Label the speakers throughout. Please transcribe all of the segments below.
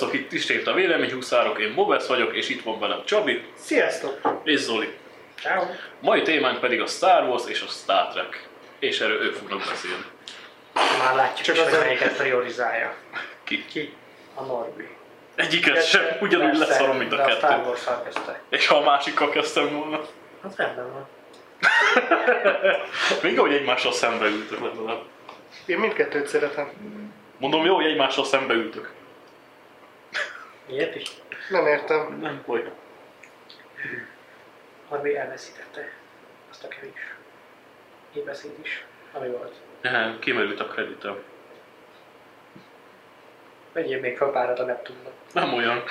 Speaker 1: akit itt írt a véleményhúszárok, én Bobesz vagyok, és itt van velem Csabi
Speaker 2: Sziasztok!
Speaker 1: és Zoli.
Speaker 2: Ciao.
Speaker 1: Mai témánk pedig a Star Wars és a Star Trek. És erről ők fognak beszélni.
Speaker 3: Már látjuk Csak
Speaker 2: Csak
Speaker 3: is,
Speaker 2: az
Speaker 3: hogy
Speaker 2: a-
Speaker 3: melyiket priorizálja.
Speaker 1: Ki?
Speaker 2: Ki?
Speaker 3: A Norbi.
Speaker 1: Egyiket sem, ugyanúgy
Speaker 3: Persze,
Speaker 1: leszarom, mint a
Speaker 3: de a Star
Speaker 1: kettő.
Speaker 3: wars kezdtek.
Speaker 1: És ha a másikkal kezdtem volna,
Speaker 3: Az rendben van.
Speaker 1: még ahogy egymással szembe ültök legalább.
Speaker 2: Én mindkettőt szeretem.
Speaker 1: Mondom, jó, hogy egymással szembe ültök.
Speaker 3: Miért is?
Speaker 2: Nem értem.
Speaker 1: Nem baj.
Speaker 3: Norbi elveszítette azt a kevés ébeszéd is, ami volt.
Speaker 1: Nem, kimerült a kreditem.
Speaker 3: Vegyél még fel párat a Neptunba.
Speaker 1: Nem olyan.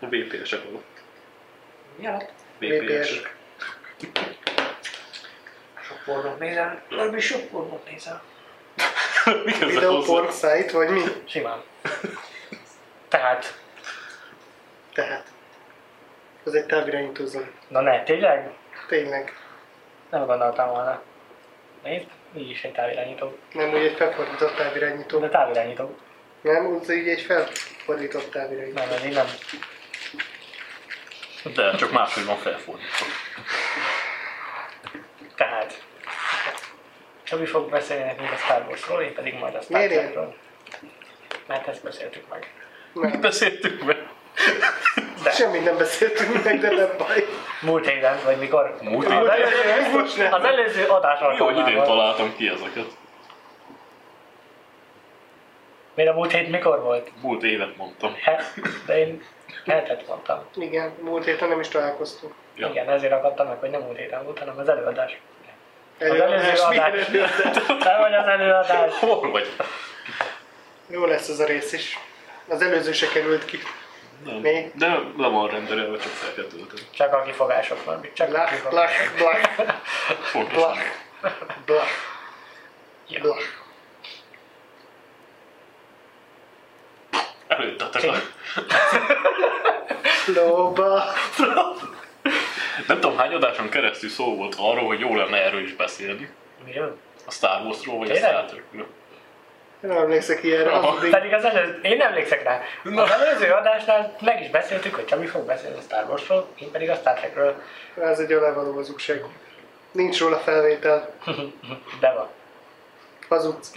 Speaker 1: A VPS-ek való.
Speaker 3: Mi alatt?
Speaker 1: VPS.
Speaker 3: Sok pornót nézel. Norbi sok pornót nézel.
Speaker 1: Mi kezdve hozzá?
Speaker 2: Videoporn site vagy mi?
Speaker 3: Simán. Tehát,
Speaker 2: Tehát. Ez egy távirányító zon.
Speaker 3: na ne, tényleg?
Speaker 2: Tényleg.
Speaker 3: Nem gondoltam volna. Nézd, így is egy távirányító.
Speaker 2: Nem úgy egy felfordított távirányító.
Speaker 3: De távirányító.
Speaker 2: Nem, úgy így egy felfordított távirányító.
Speaker 3: Nem, ez így nem.
Speaker 1: De csak máshogy van felfordítva.
Speaker 3: Tehát, Csabi fog beszélni nekünk a Star Warsról, én pedig majd a Star
Speaker 2: Miért én?
Speaker 3: Trekről. Mert ezt beszéltük meg.
Speaker 2: Nem.
Speaker 1: Beszéltük meg.
Speaker 3: De
Speaker 2: Semmit nem beszéltünk meg, de nem baj.
Speaker 3: múlt héten, vagy mikor?
Speaker 1: Múlt
Speaker 3: Az
Speaker 1: héten?
Speaker 3: előző-
Speaker 2: Most nem.
Speaker 3: Az előző adás
Speaker 1: Jó, hogy idén
Speaker 3: alkalmával.
Speaker 1: találtam ki ezeket.
Speaker 3: Miért a múlt hét mikor volt?
Speaker 1: Múlt évet mondtam.
Speaker 3: Hát, de én hetet mondtam.
Speaker 2: Igen, múlt héten nem is találkoztunk.
Speaker 1: Ja.
Speaker 3: Igen, ezért akadtam meg, hogy nem múlt héten volt, hanem az előadás. Az
Speaker 2: Előadás,
Speaker 3: előző
Speaker 2: mi
Speaker 3: adás.
Speaker 2: előadás?
Speaker 3: Nem vagy az előadás.
Speaker 1: Hol vagy?
Speaker 2: Jó lesz ez a rész is. Az előző se került ki.
Speaker 1: Nem.
Speaker 2: Mi?
Speaker 1: De le van renderelve, csak fel kell tölteni.
Speaker 3: Csak a kifogások van. Csak a
Speaker 2: Blach,
Speaker 3: kifogások.
Speaker 2: blach, blach,
Speaker 1: Fontos.
Speaker 2: blach, blach,
Speaker 3: Ja.
Speaker 2: blach.
Speaker 1: Előttetek a...
Speaker 2: Lóba.
Speaker 1: Nem tudom, hány adáson keresztül szó volt arról, hogy jó lenne erről is beszélni.
Speaker 3: Miről?
Speaker 1: A Star Wars-ról, vagy
Speaker 3: Tényleg?
Speaker 1: a Star Trekről.
Speaker 2: Nem emlékszek ilyenre,
Speaker 1: Aha.
Speaker 2: hazudik.
Speaker 3: Pedig az előző, én nem emlékszek rá. Az előző adásnál meg is beszéltük, hogy Csami fog beszélni a Star Warsról, én pedig a Star Trekről.
Speaker 2: Ez egy alávaló hazugság. Nincs róla felvétel.
Speaker 3: De van.
Speaker 2: Hazudsz.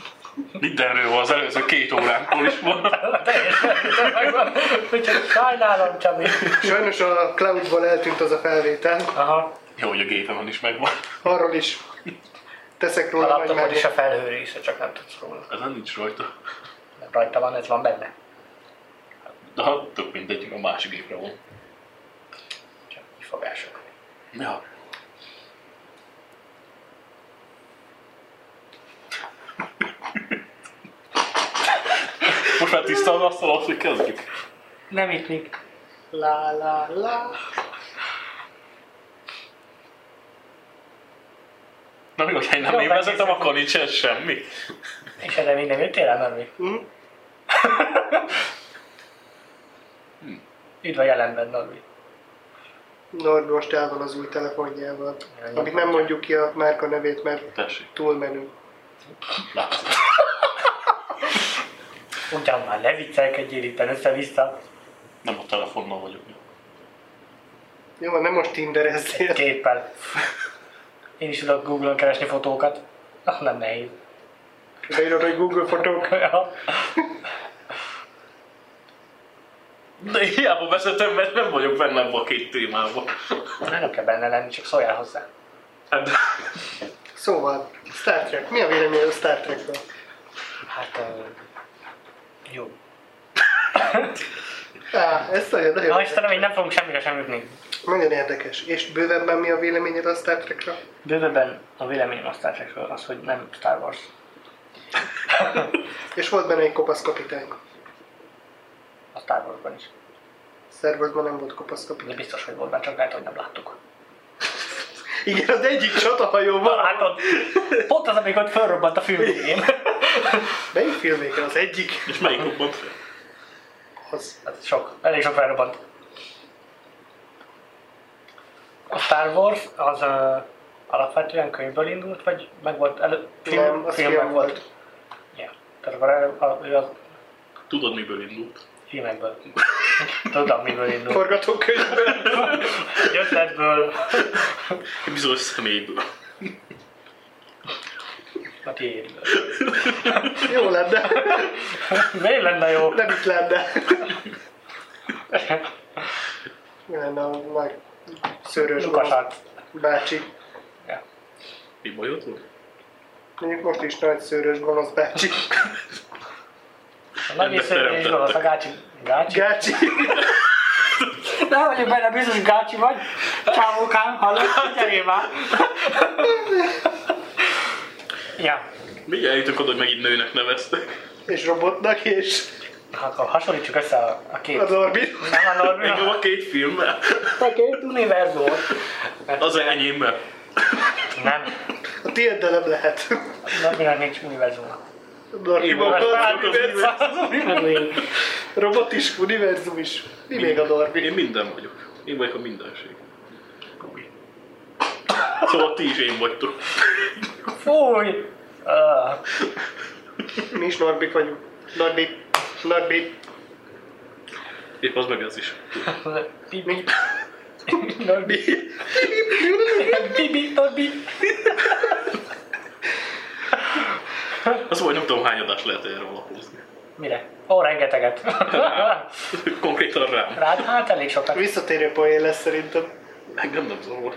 Speaker 1: Mindenről van, az előző két óránktól is van.
Speaker 3: Teljesen megvan. Úgyhogy sajnálom, Csami.
Speaker 2: Sajnos a cloudból eltűnt az a felvétel.
Speaker 3: Aha,
Speaker 1: Jó, hogy a gépemen is megvan.
Speaker 2: Arról is. Teszek
Speaker 3: a
Speaker 2: róla nagy
Speaker 3: laptopon is
Speaker 2: mellék.
Speaker 3: a felhő része, csak nem tudsz róla.
Speaker 1: Ezen nincs rajta.
Speaker 3: Nem Rajta van, ez van benne.
Speaker 1: De ha tök mindegy, a másik gépre van.
Speaker 3: Csak kifogások.
Speaker 1: Ja. Most már tiszta az asztal, azt, hogy kezdjük.
Speaker 3: Nem itt még.
Speaker 2: La la la.
Speaker 1: Na mi, hogyha én nem
Speaker 3: Jó,
Speaker 1: én
Speaker 3: hát
Speaker 1: vezetem,
Speaker 3: hiszem.
Speaker 1: akkor nincsen semmi.
Speaker 3: És erre még nem jöttél el, Norbi?
Speaker 2: Hm?
Speaker 3: Üdv a Hm. jelenben, Norbi.
Speaker 2: Norbi most el van az új telefonjával.
Speaker 3: Jaj, nem
Speaker 2: Amit nem mondjuk ki a márka nevét, mert
Speaker 1: Tessék.
Speaker 2: túl menő.
Speaker 1: Látod.
Speaker 3: Ugyan már ne viccelkedjél itt össze-vissza.
Speaker 1: Nem a telefonnal vagyok.
Speaker 2: Jó, van, nem most tinderezzél.
Speaker 3: Képpel. Én is tudok Google-on keresni fotókat. Ah, nem nehéz.
Speaker 2: Beírod, hogy Google fotók.
Speaker 3: Ja.
Speaker 1: De hiába vezetem, mert nem vagyok benne abban a két témában.
Speaker 3: Nem kell benne lenni, csak szóljál hozzá.
Speaker 1: Hát,
Speaker 2: Szóval, Star Trek. Mi a véleményed a Star Trekről?
Speaker 3: Hát, ö, jó.
Speaker 2: Á, ez nagyon, nagyon,
Speaker 3: Na
Speaker 2: érdekes.
Speaker 3: Istenem, így nem fogunk semmire sem jutni.
Speaker 2: nagyon érdekes. És bővebben mi a véleményed a Star Trekről?
Speaker 3: Bővebben a véleményem a Star Trekről az, hogy nem Star Wars.
Speaker 2: És volt benne egy kopasz kapitány.
Speaker 3: A Star Warsban is.
Speaker 2: Szervezben nem volt kopasz
Speaker 3: De
Speaker 2: kapitány.
Speaker 3: biztos, hogy volt, benne, csak lehet, hogy nem láttuk.
Speaker 2: Igen, az egyik csatahajóban.
Speaker 3: Na, látod? Pont az, amikor felrobbant a film végén.
Speaker 2: Melyik filméken az egyik?
Speaker 1: és melyik robbant fel?
Speaker 2: Az.
Speaker 3: Hát sok, elég sok felrobbant. A Star Wars az ö, alapvetően könyvből indult, vagy meg volt elő...
Speaker 2: nem, az film
Speaker 3: meg
Speaker 2: volt.
Speaker 3: Ja. Tehát akkor elő, a, ő az
Speaker 1: Tudod, miből indult?
Speaker 3: filmekből. Tudom, miből indul.
Speaker 2: Forgatókönyvből.
Speaker 3: Egy ötletből,
Speaker 1: Egy bizonyos személyből.
Speaker 3: a tiédből.
Speaker 2: Jó lenne.
Speaker 3: Miért lenne jó?
Speaker 2: Nem itt lenne. Mi lenne a nagy szőrös
Speaker 3: Lukasat.
Speaker 2: gonosz bácsi?
Speaker 3: Ja.
Speaker 1: Mi bajod van?
Speaker 2: Mondjuk most is nagy szőrös gonosz bácsi.
Speaker 3: A nagy
Speaker 1: Ennek
Speaker 3: észre is
Speaker 1: teremtettek.
Speaker 3: gonosz, a gácsi. Gácsi?
Speaker 2: Gácsi.
Speaker 3: Nem vagyok benne biztos, gácsi vagy. Csávókám, hallod? Gyerünk már. Ja,
Speaker 1: Még eljutunk oda, hogy megint nőnek neveztek.
Speaker 2: És robotnak, és
Speaker 3: akkor Hát, hasonlítsuk össze a, a két.
Speaker 2: a Norbi.
Speaker 3: Nem a normi,
Speaker 1: Engem a két filmmel.
Speaker 3: a két univerzumot. Mert
Speaker 1: Az enyémmel.
Speaker 3: nem,
Speaker 2: A tiéd, de nem lehet.
Speaker 3: Norbinak nincs univerzuma.
Speaker 2: Norbi
Speaker 1: Én vagyok.
Speaker 2: maga,
Speaker 1: vagyok az univerzum.
Speaker 3: Az univerzum.
Speaker 2: robot is, univerzum is. Mi még a Norbi?
Speaker 1: Én minden vagyok. Én vagyok a mindenség. Szóval ti is én vagytok.
Speaker 3: Fúj! Ah.
Speaker 2: Mi is Norbik vagyunk. Norbi. Norbi.
Speaker 1: Épp az meg ez is.
Speaker 3: Bibi. Norbi. Bibi, Norbi.
Speaker 1: Az volt, nem tudom hány adást lehet erre alapozni.
Speaker 3: Mire? Ó, rengeteget.
Speaker 1: Konkrétan rám.
Speaker 3: Rád, hát elég sokat.
Speaker 2: Visszatérő poén lesz szerintem.
Speaker 1: Engem nem zavar.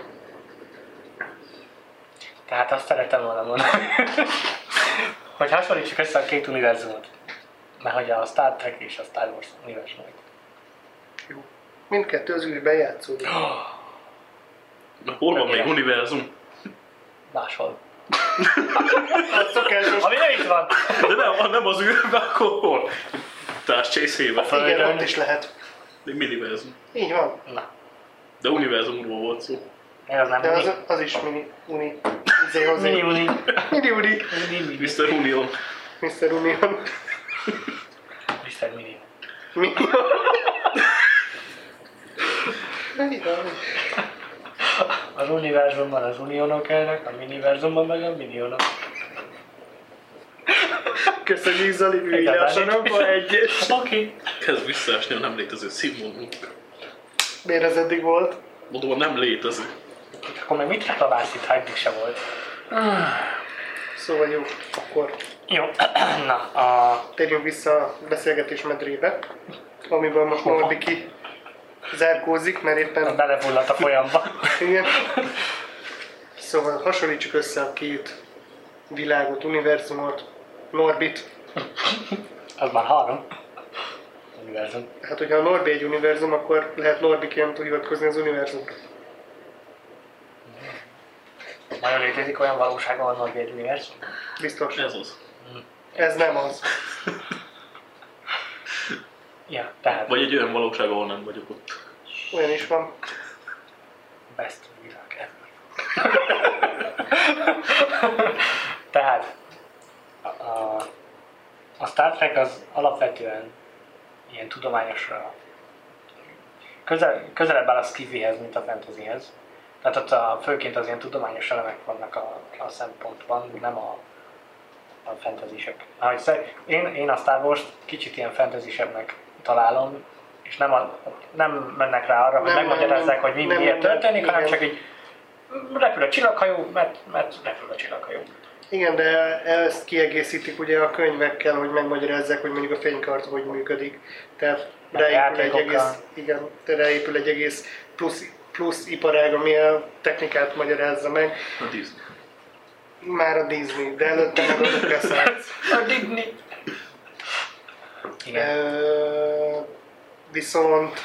Speaker 3: Tehát azt szerettem volna mondani. hogy hasonlítsuk össze a két univerzumot. Mert hogy a Star Trek és a Star Wars univerzumot.
Speaker 2: Jó. Mindkettő az űrben játszódik.
Speaker 1: Mert hol van még univerzum?
Speaker 3: Máshol.
Speaker 2: A szokásos
Speaker 3: Ami nem itt van.
Speaker 1: De nem, ha nem az űrben, akkor hol? Társ csészébe.
Speaker 2: Igen,
Speaker 3: Földön.
Speaker 2: ott is lehet.
Speaker 1: Még miniverzum.
Speaker 2: Így van.
Speaker 3: Na,
Speaker 1: De univerzumról volt szó.
Speaker 3: ez az nem
Speaker 2: De az,
Speaker 3: uni.
Speaker 2: az is mini uni. Izé
Speaker 3: Mini
Speaker 2: hozzá.
Speaker 3: uni.
Speaker 2: Mini uni.
Speaker 3: Mini uni.
Speaker 1: Mr. Union.
Speaker 2: Mr. Union.
Speaker 3: Mr. Mini.
Speaker 2: Mi? Mi van?
Speaker 3: Az univerzumban az unionok elnek, a miniverzumban meg a minionok.
Speaker 2: Köszönjük Zoli,
Speaker 3: Igen,
Speaker 2: üljél a sarokba egyes.
Speaker 3: Hát Oké.
Speaker 1: Kezd visszaesni a nem létező színvonalunk.
Speaker 2: Miért ez eddig volt?
Speaker 1: Mondom, a nem létező.
Speaker 3: Akkor meg mit reklamálsz itt, ha eddig se volt?
Speaker 2: Szóval jó, akkor
Speaker 3: Jó. Na, a...
Speaker 2: térjünk vissza a beszélgetés medrébe, amiből most Norbi ki zárkózik, mert éppen...
Speaker 3: Belefulladt a folyamba.
Speaker 2: Igen. Szóval hasonlítsuk össze a két világot, univerzumot, Norbit.
Speaker 3: Az már három. Univerzum.
Speaker 2: Hát, hogyha a Norbi egy univerzum, akkor lehet Norbiként hivatkozni az univerzumra.
Speaker 3: Nagyon létezik olyan valóság, ahol nagy egy univerzum.
Speaker 2: Biztos.
Speaker 1: Ez az.
Speaker 2: Ez nem az.
Speaker 3: Ja, tehát
Speaker 1: Vagy egy olyan valóság, ahol nem vagyok ott.
Speaker 2: Olyan is van.
Speaker 3: best világ ever. tehát a, a, a Star Trek az alapvetően ilyen tudományosra közel, közelebb áll a skifihez, mint a fantasyhez. Tehát ott a, főként az ilyen tudományos elemek vannak a, a szempontban, nem a, a fantasy-sek. Ahogy szer- én, én a Star wars kicsit ilyen fantasy-sebbnek találom, és nem, a, nem mennek rá arra, hogy
Speaker 2: Nem,
Speaker 3: megmagyarázzák,
Speaker 2: nem,
Speaker 3: hogy mi
Speaker 2: nem,
Speaker 3: miért
Speaker 2: nem,
Speaker 3: történik, hanem
Speaker 2: igen.
Speaker 3: csak így repül a csillaghajó, mert, mert repül a csillaghajó.
Speaker 2: Igen, de ezt kiegészítik ugye a könyvekkel, hogy megmagyarázzák, hogy mondjuk a fénykarta hogy működik. Tehát
Speaker 3: Meg
Speaker 2: ráépül egy,
Speaker 3: játékokkal.
Speaker 2: egész, igen, ráépül egy egész plusz, plusz iparág, ami a technikát magyarázza meg.
Speaker 1: A Disney.
Speaker 2: Már a Disney, de előtte meg a LucasArts.
Speaker 3: A Disney!
Speaker 2: Eh.
Speaker 3: Igen.
Speaker 2: Ö, viszont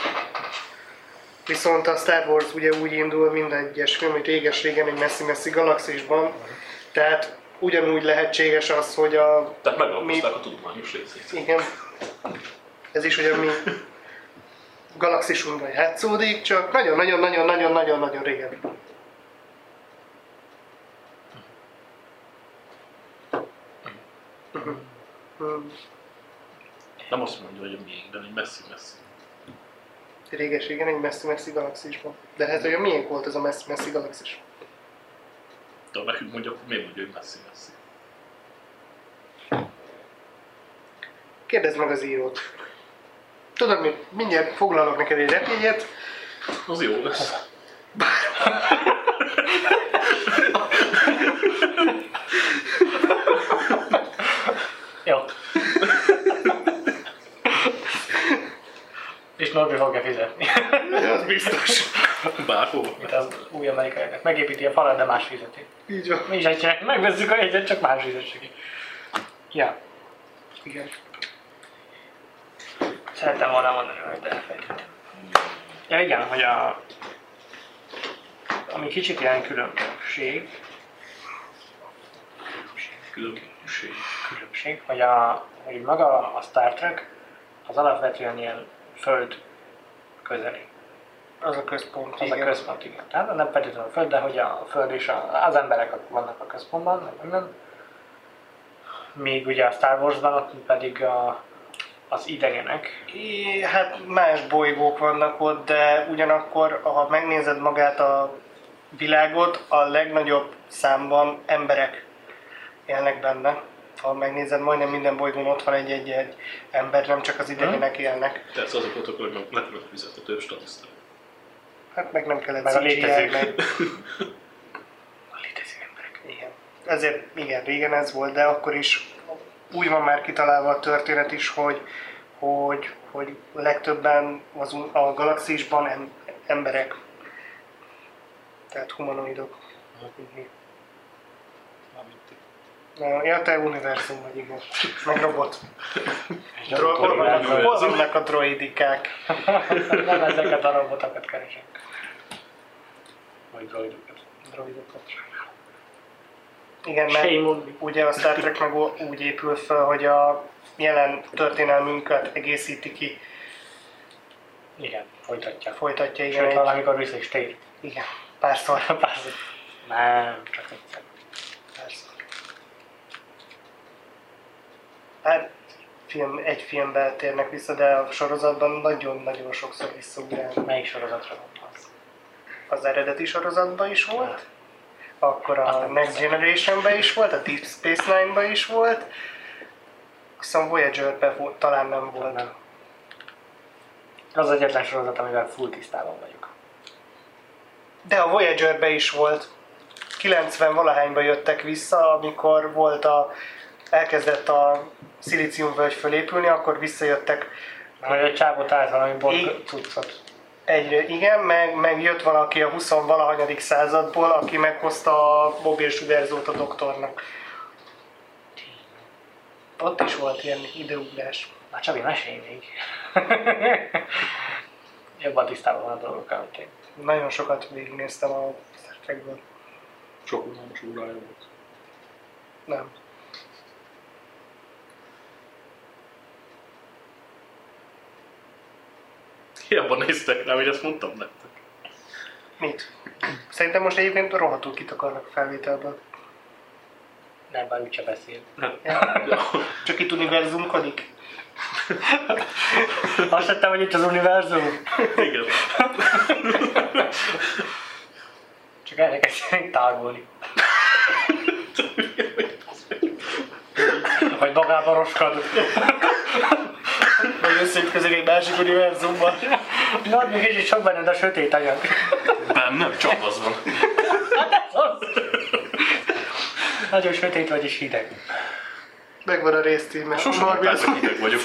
Speaker 2: Viszont a Star Wars ugye úgy indul minden egyes film, hogy réges-régen egy messzi-messzi galaxisban, tehát ugyanúgy lehetséges az, hogy a
Speaker 1: Tehát megalapozták a tudományos részét.
Speaker 2: Igen. Ez is ugye mi galaxisunkban játszódik, csak nagyon-nagyon-nagyon-nagyon-nagyon-nagyon régen. Mhm. Mm,
Speaker 1: Nem azt mondja, hogy a miénk, de hogy messzi-messzi.
Speaker 2: Réges, igen, egy messzi-messzi galaxisban. De hát olyan miénk volt ez a messzi-messzi galaxis?
Speaker 1: De ha nekünk mondja, akkor miért mondja, hogy messzi-messzi?
Speaker 2: Kérdezd meg az írót. tudod mit, mindjárt foglalok neked egy repényet,
Speaker 1: Az jó lesz.
Speaker 3: Jó. És Norbi fogja fizetni.
Speaker 2: az biztos.
Speaker 1: Bárhol.
Speaker 3: Mint az új amerikaiak. Megépíti a falat, de más fizeti.
Speaker 2: Így van.
Speaker 3: Mi is egy csináljuk, megveszünk a jegyet, csak más fizet ki. Ja.
Speaker 2: Igen.
Speaker 3: Szerettem volna mondani, hogy elfelejtettem. Ja igen, hogy a... Ami kicsit ilyen különbség,
Speaker 1: Különbség.
Speaker 3: különbség, hogy, a, hogy maga a Star Trek az alapvetően ilyen föld közeli.
Speaker 2: Az a központ.
Speaker 3: Az a
Speaker 2: igen.
Speaker 3: központ, igen. Tehát nem feltétlenül a föld, de hogy a föld és a, az emberek ak- vannak a központban, meg minden. Míg ugye a Star Warsban ott pedig a, az idegenek.
Speaker 2: É, Hát más bolygók vannak ott, de ugyanakkor, ha megnézed magát a világot, a legnagyobb számban emberek élnek benne. Ha megnézed, majdnem minden bolygón ott van egy-egy ember, nem csak az idegenek
Speaker 3: Hm?
Speaker 2: élnek.
Speaker 1: Tehát azok voltak, hogy meg- meg megfizethető statiszta.
Speaker 2: Hát meg nem kellett
Speaker 3: Meg a
Speaker 2: CGI,
Speaker 3: létezők.
Speaker 2: meg-
Speaker 3: A létező emberek.
Speaker 2: Igen. Ezért igen, régen ez volt, de akkor is úgy van már kitalálva a történet is, hogy, hogy, hogy legtöbben az, u- a galaxisban em, emberek, tehát humanoidok. Na, Ja, te univerzum vagy, igen. Meg robot. Dro- hol, vannak, hol vannak a droidikák?
Speaker 3: Nem ezeket a robotokat keresek. Vagy droidokat. Droidokat.
Speaker 2: Igen, mert
Speaker 3: Shame on me.
Speaker 2: ugye a Star Trek meg o- úgy épül fel, hogy a jelen történelmünket egészíti ki,
Speaker 3: Igen, folytatja.
Speaker 2: folytatja, igen,
Speaker 3: Sőt,
Speaker 2: egy,
Speaker 3: valamikor vissza is tér.
Speaker 2: igen, párszor.
Speaker 3: Párszor. Nem, csak egyszer.
Speaker 2: Persze. Hát film, egy filmben térnek vissza, de a sorozatban nagyon-nagyon sokszor visszaugrál.
Speaker 3: Melyik sorozatra gondolsz?
Speaker 2: Az eredeti sorozatban is volt, akkor
Speaker 3: Azt
Speaker 2: a
Speaker 3: nem
Speaker 2: Next Generation-ben is volt, a Deep Space Nine-ben is volt, aztán Voyager-ben volt, talán nem volt.
Speaker 3: Nem. Az az egyetlen sorozat, amivel full tisztában vagyok.
Speaker 2: De a Voyager-ben is volt. 90 valahányban jöttek vissza, amikor volt a, elkezdett a szilíciumvölgy fölépülni, akkor visszajöttek
Speaker 3: Mert hogy a csábot állt valami
Speaker 2: Így.
Speaker 3: bor cuccot.
Speaker 2: Egyre igen, meg, meg jött valaki a 20 valahanyadik századból, aki meghozta a mobilsugárzót a doktornak. Ott is volt ilyen időugrás.
Speaker 3: Már Csabi, mesélj még. Jobban tisztában van a dolgokkal, mint én.
Speaker 2: Nagyon sokat végignéztem a Star Trekből.
Speaker 1: Sok unalmas órája volt.
Speaker 2: Nem.
Speaker 1: Hiába néztek rá, hogy ezt mondtam nektek.
Speaker 2: Mit? Szerintem most egyébként rohadtul kitakarnak a felvételből.
Speaker 3: Nem, bár úgyse beszél.
Speaker 1: Hát,
Speaker 2: Csak itt univerzumkodik?
Speaker 3: Azt hittem, hogy itt az univerzum.
Speaker 1: Igen.
Speaker 3: Csak elkezdjenek tágulni. Vagy magába roskad.
Speaker 2: Vagy összeütközök egy másik univerzumban?
Speaker 3: Na, még kicsit sok benned a sötét anyag.
Speaker 1: Bennem csak az van.
Speaker 3: Nagyon sötét vagy és hideg.
Speaker 2: Megvan a részcíme.
Speaker 1: Sosem
Speaker 2: Norbi-
Speaker 1: mondták, hogy hideg vagyok.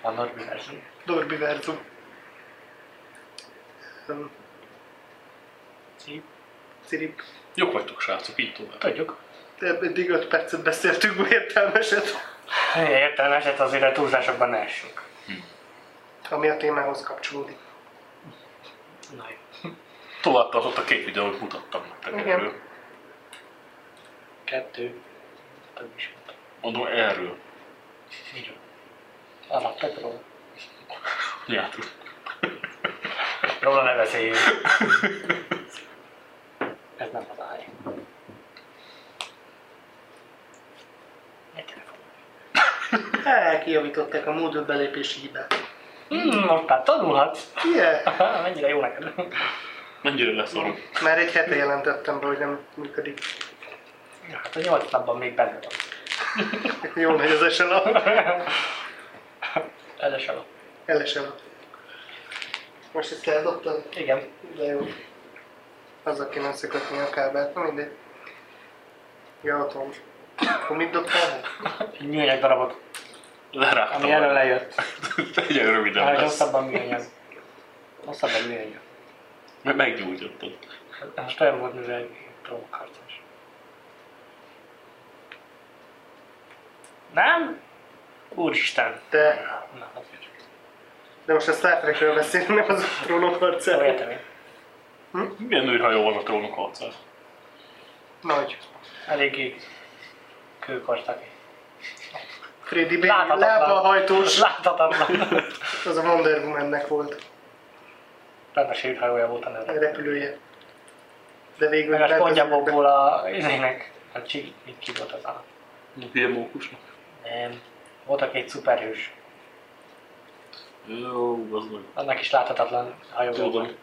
Speaker 3: A Norbi verseny.
Speaker 2: Norbiverzum. Öm, Cirip.
Speaker 1: Jók vagytok, srácok, így tovább.
Speaker 3: Tudjuk.
Speaker 2: Eddig 5 percet beszéltünk értelmeset.
Speaker 3: Értelmeset azért a túlzásokban ne essünk.
Speaker 2: Ami a témához kapcsolódik.
Speaker 3: Na jó.
Speaker 1: Tovább tartott a két videó, amit mutattam nektek
Speaker 2: Igen.
Speaker 1: erről.
Speaker 3: Kettő. Több is mondtam.
Speaker 1: Mondom erről.
Speaker 3: Miről? Alapvetően róla.
Speaker 1: Nyátul.
Speaker 3: Róla ne beszéljünk. Ez nem az áj. Egy telefon.
Speaker 2: Há, kijavították a módő belépési hibát.
Speaker 3: Hmm, most már tanulhatsz.
Speaker 2: Yeah.
Speaker 3: Aha, Mennyire jó neked.
Speaker 1: Mennyire leszorom.
Speaker 2: Már egy hete jelentettem be, hogy nem működik.
Speaker 3: Ja, Hát a nyolc napban még benne van.
Speaker 2: Jó megy az SLA.
Speaker 3: LS alap.
Speaker 2: Ellesem. Most ezt eldobtad?
Speaker 3: Igen.
Speaker 2: De jó. Azzal kéne összekötni a kábelt, na mindegy. Ja, ott van. Akkor mit dobtál?
Speaker 3: Egy műanyag darabot,
Speaker 1: Lerágtam.
Speaker 3: ami elől lejött.
Speaker 1: Egyen röviden
Speaker 3: Már egy
Speaker 1: lesz.
Speaker 3: hosszabban műanyag. Hosszabban műanyag.
Speaker 1: Mert meggyújtottad.
Speaker 3: Most olyan volt, mint egy próbakarcás. Nem? Úristen.
Speaker 2: De,
Speaker 3: Na, azért.
Speaker 2: de most a Star Trekről beszélünk, nem az a trónok harcáról.
Speaker 3: Olyan kemény.
Speaker 1: Milyen űrhajó van a trónok harcán?
Speaker 2: Nagy.
Speaker 3: Eléggé kőkortak.
Speaker 2: Freddy Baby,
Speaker 3: Láthatatlan.
Speaker 2: lábahajtós,
Speaker 3: Láthatatlan.
Speaker 2: az a Wonder Womannek volt
Speaker 3: Rendes űrhajója volt a
Speaker 2: a
Speaker 3: nőnek.
Speaker 2: repülője. De végül
Speaker 3: Meg a
Speaker 2: rendezett-
Speaker 3: spongyaboból a izének. A csik, mit ki volt az a...
Speaker 1: Hülye mókusnak.
Speaker 3: Nem. Volt a két szuperhős.
Speaker 1: Jó, az meg.
Speaker 3: Annak is láthatatlan hajója volt.
Speaker 1: Tudom.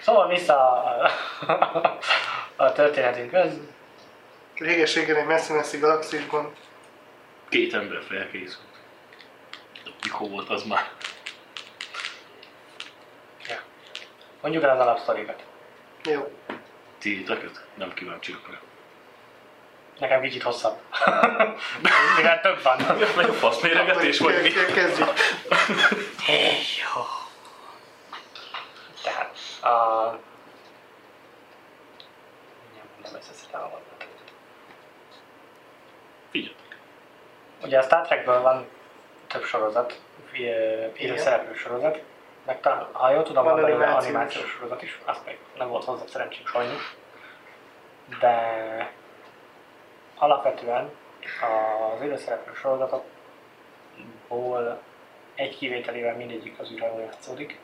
Speaker 3: Szóval vissza a, a történetünkhöz.
Speaker 2: Réges-régen egy messzi-messzi galaxisban
Speaker 1: Két ember felkészült. De Mikor volt az már?
Speaker 3: Ja. Mondjuk el az alapsztorikat.
Speaker 2: Jó.
Speaker 1: Tiéteket? Nem kíváncsiak rá.
Speaker 3: Nekem kicsit hosszabb. Mivel több van.
Speaker 1: Meg a fasz méregetés vagy mi?
Speaker 2: Ke- Kezdjük.
Speaker 3: Jó. Tehát a... Nem mondom, ezt összetávol.
Speaker 1: Figyeljetek.
Speaker 3: Ugye a Star Trekből van több sorozat, élő
Speaker 2: Igen.
Speaker 3: szereplő sorozat, meg talán, ha jól tudom,
Speaker 2: Van
Speaker 3: van belőle
Speaker 2: animációs.
Speaker 3: animációs sorozat is, azt meg nem volt hozzá szerencsém sajnos. De alapvetően az élőszereplő sorozatokból egy kivételével mindegyik az űrhajón játszódik.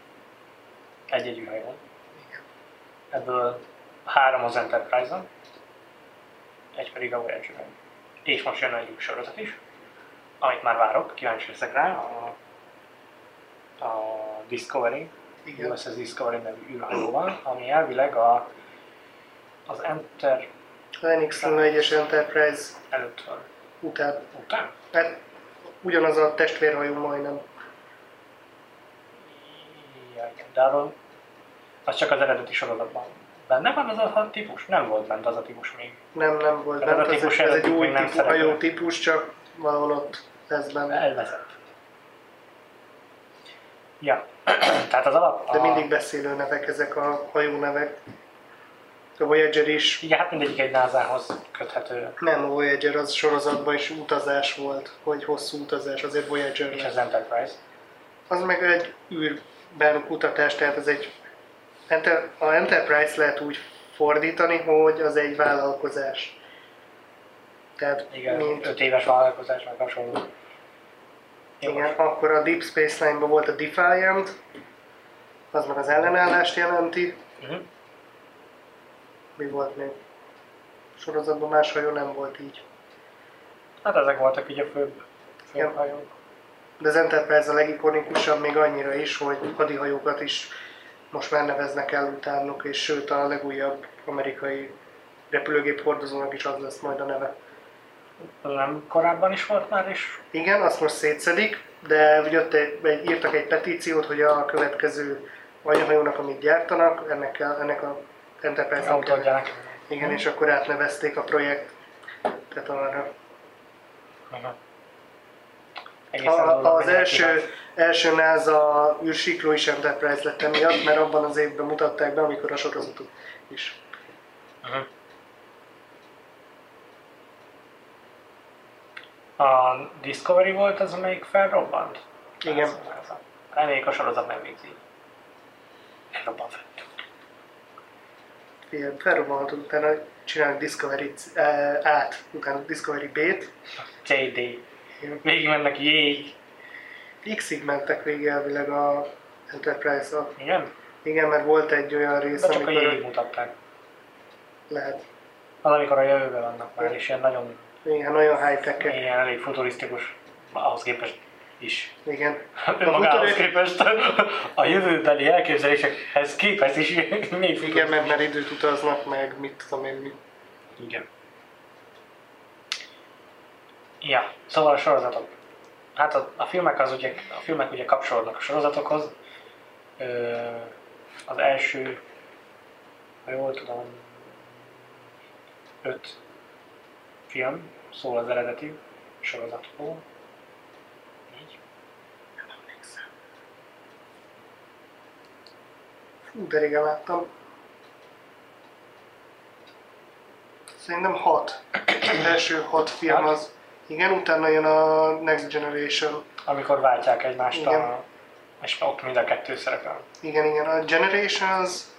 Speaker 3: Egy-egy űrhajón. Ebből három az Enterprise-on, egy pedig a Voyager-en. És most jön egy új sorozat is, amit már várok, kíváncsi leszek rá, a, a Discovery,
Speaker 2: Igen.
Speaker 3: USS Discovery nevű űrhajóval, ami elvileg a, az Enter
Speaker 2: Az NX 1 Enterprise
Speaker 3: előtt van.
Speaker 2: után.
Speaker 3: Után?
Speaker 2: Hát ugyanaz a testvérhajó majdnem.
Speaker 3: Ja, igen, de arról az csak az eredeti sorozatban. Benne van az a típus? Nem volt bent az a típus még.
Speaker 2: Nem, nem volt.
Speaker 3: Ez a
Speaker 2: bent, az
Speaker 3: típus
Speaker 2: egy- ez egy
Speaker 3: előttünk
Speaker 2: új
Speaker 3: még nem
Speaker 2: típus, hajó
Speaker 3: szerepel.
Speaker 2: típus, csak valahol ott lesz benne.
Speaker 3: Elvezett. Ja, tehát az alap...
Speaker 2: De
Speaker 3: a-
Speaker 2: mindig beszélő nevek ezek a hajó nevek. A Voyager is.
Speaker 3: Igen, hát mindegyik egy názához köthető,
Speaker 2: Nem, a Voyager az sorozatban is utazás volt, hogy hosszú utazás, azért Voyager
Speaker 3: és
Speaker 2: lett.
Speaker 3: az Enterprise.
Speaker 2: Az meg egy űrben kutatás, tehát ez egy... Enter, a Enterprise lehet úgy fordítani, hogy az egy vállalkozás. Tehát
Speaker 3: Igen,
Speaker 2: mint,
Speaker 3: öt éves vállalkozás, meg hasonló. Jó,
Speaker 2: igen, akkor a Deep Space Line-ban volt a Defiant, az meg az ellenállást jelenti.
Speaker 3: Mhm.
Speaker 2: Mi volt még? sorozatban más hajó nem volt így.
Speaker 3: Hát ezek voltak így a főbb,
Speaker 2: Igen.
Speaker 3: főbb hajók.
Speaker 2: De az Enterprise a legikonikusabb még annyira is, hogy hadihajókat is most már neveznek el utánuk, és sőt a legújabb amerikai repülőgép hordozónak is az lesz majd a neve.
Speaker 3: Nem korábban is volt már is?
Speaker 2: Igen, azt most szétszedik, de ugye ott egy, egy, írtak egy petíciót, hogy a következő anyahajónak, amit gyártanak, ennek, kell, ennek a Enterprise-nek
Speaker 3: Autót
Speaker 2: kell.
Speaker 3: adjanak.
Speaker 2: Igen, és akkor átnevezték a projekt. Tehát arra.
Speaker 3: Mhm.
Speaker 2: A,
Speaker 3: Egészen durva
Speaker 2: a- az
Speaker 3: mindenki
Speaker 2: első,
Speaker 3: más.
Speaker 2: első NASA űrsikló is Enterprise lett emiatt, mert abban az évben mutatták be, amikor a sorozatot is.
Speaker 3: Mhm. A Discovery volt az, amelyik felrobbant?
Speaker 2: Igen.
Speaker 3: Ez- ez a- Reméljük a sorozat nem végzi. Felrobbant fel.
Speaker 2: Ilyen felrobbanható, utána csinálnak Discovery C- eh, át, utána Discovery B-t.
Speaker 3: CD. Végig mennek jég.
Speaker 2: X-ig mentek végig elvileg a Enterprise-a.
Speaker 3: Igen?
Speaker 2: Igen, mert volt egy olyan rész,
Speaker 3: De csak a jég
Speaker 2: amikor
Speaker 3: mutatták.
Speaker 2: lehet.
Speaker 3: Az, amikor a jövőben vannak már, és ilyen nagyon
Speaker 2: Igen, nagyon high tech
Speaker 3: ilyen elég futurisztikus, ahhoz képest is.
Speaker 2: Igen.
Speaker 3: Hát, Önmagához
Speaker 2: futuri-
Speaker 3: képest a jövőbeli elképzelésekhez képest is még
Speaker 2: Igen,
Speaker 3: futurisztikus.
Speaker 2: mert, mert időt utaznak meg, mit tudom én, mi.
Speaker 3: Igen. Ja, szóval a sorozatok. hát a, a, filmek az ugye, a filmek ugye kapcsolódnak a sorozatokhoz. Ö, az első, ha jól tudom, öt film szól az eredeti sorozatból. Így.
Speaker 2: Fú, de régen láttam. Szerintem hat. Az első hat film
Speaker 3: Hat?
Speaker 2: az. Igen, utána jön a Next Generation.
Speaker 3: Amikor váltják egymást,
Speaker 2: Igen.
Speaker 3: a, és ott mind a kettő szerepel.
Speaker 2: Igen, igen. A Generation az,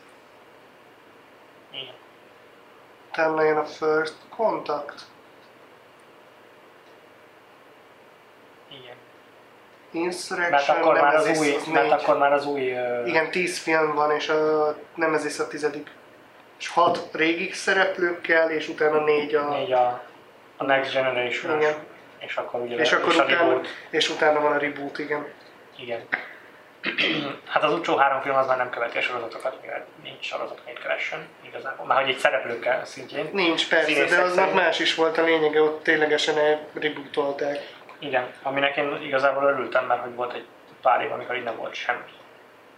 Speaker 3: Igen.
Speaker 2: utána jön a First Contact.
Speaker 3: Igen. Mert
Speaker 2: Insurrection,
Speaker 3: akkor, már az
Speaker 2: Nemesis,
Speaker 3: új,
Speaker 2: az
Speaker 3: mert
Speaker 2: négy.
Speaker 3: akkor már az új... ö,
Speaker 2: Igen, tíz film van, és a Nemesis a tizedik. És hat régi szereplőkkel, és utána négy a...
Speaker 3: Négy a, a Next generation
Speaker 2: Igen.
Speaker 3: És akkor ugye
Speaker 2: És akkor
Speaker 3: és a
Speaker 2: utána,
Speaker 3: reboot.
Speaker 2: és utána van a reboot, igen.
Speaker 3: Igen. hát az utolsó három film az már nem követi a sorozatokat, mivel nincs sorozat Made Correction igazából. Már hogy egy szereplőkkel szintjén.
Speaker 2: Nincs, persze,
Speaker 3: Színészek
Speaker 2: de aznak
Speaker 3: szerint.
Speaker 2: más is volt a lényege, ott ténylegesen elrebootolták.
Speaker 3: Igen, aminek én igazából örültem, mert hogy volt egy pár év, amikor így nem volt semmi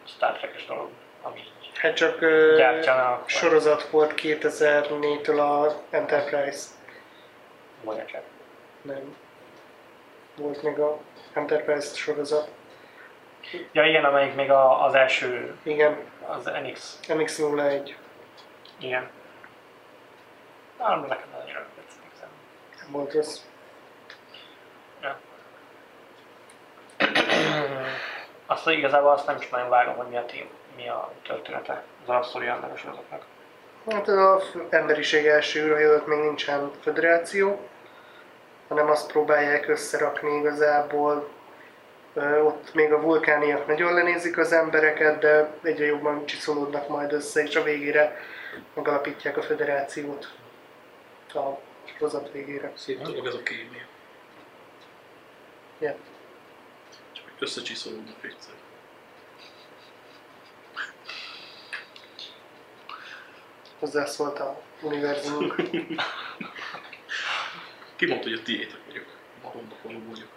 Speaker 3: Star Trek-es dolog, ami így
Speaker 2: Hát csak ö,
Speaker 3: gyártjana, sor...
Speaker 2: sorozat volt 2004-től a Enterprise.
Speaker 3: Voyager.
Speaker 2: Nem. Volt még a Enterprise sorozat.
Speaker 3: Ja igen, amelyik még a, az első,
Speaker 2: Igen,
Speaker 3: az Enix.
Speaker 2: MX-01.
Speaker 3: Igen. Na, nekem nagyon örültem igazából.
Speaker 2: Nem volt rossz.
Speaker 3: Azt hogy igazából azt nem is nagyon vágom, hogy mi a tém, mi a története az alapszóri ennek a sorozatnak.
Speaker 2: Hát a f- emberiség első űrhajót még nincsen föderáció, hanem azt próbálják összerakni igazából. Ö, Ott még a vulkániak nagyon lenézik az embereket, de egyre jobban csiszolódnak majd össze, és a végére megalapítják a föderációt a sorozat végére.
Speaker 4: Szép dolog ez a kémia.
Speaker 2: Ja.
Speaker 4: Csak hogy összecsiszolódnak egyszer.
Speaker 2: Hozzászólt a univerzum.
Speaker 4: Ki mondta, hogy a tiétek vagyok? Magamnak való vagyok.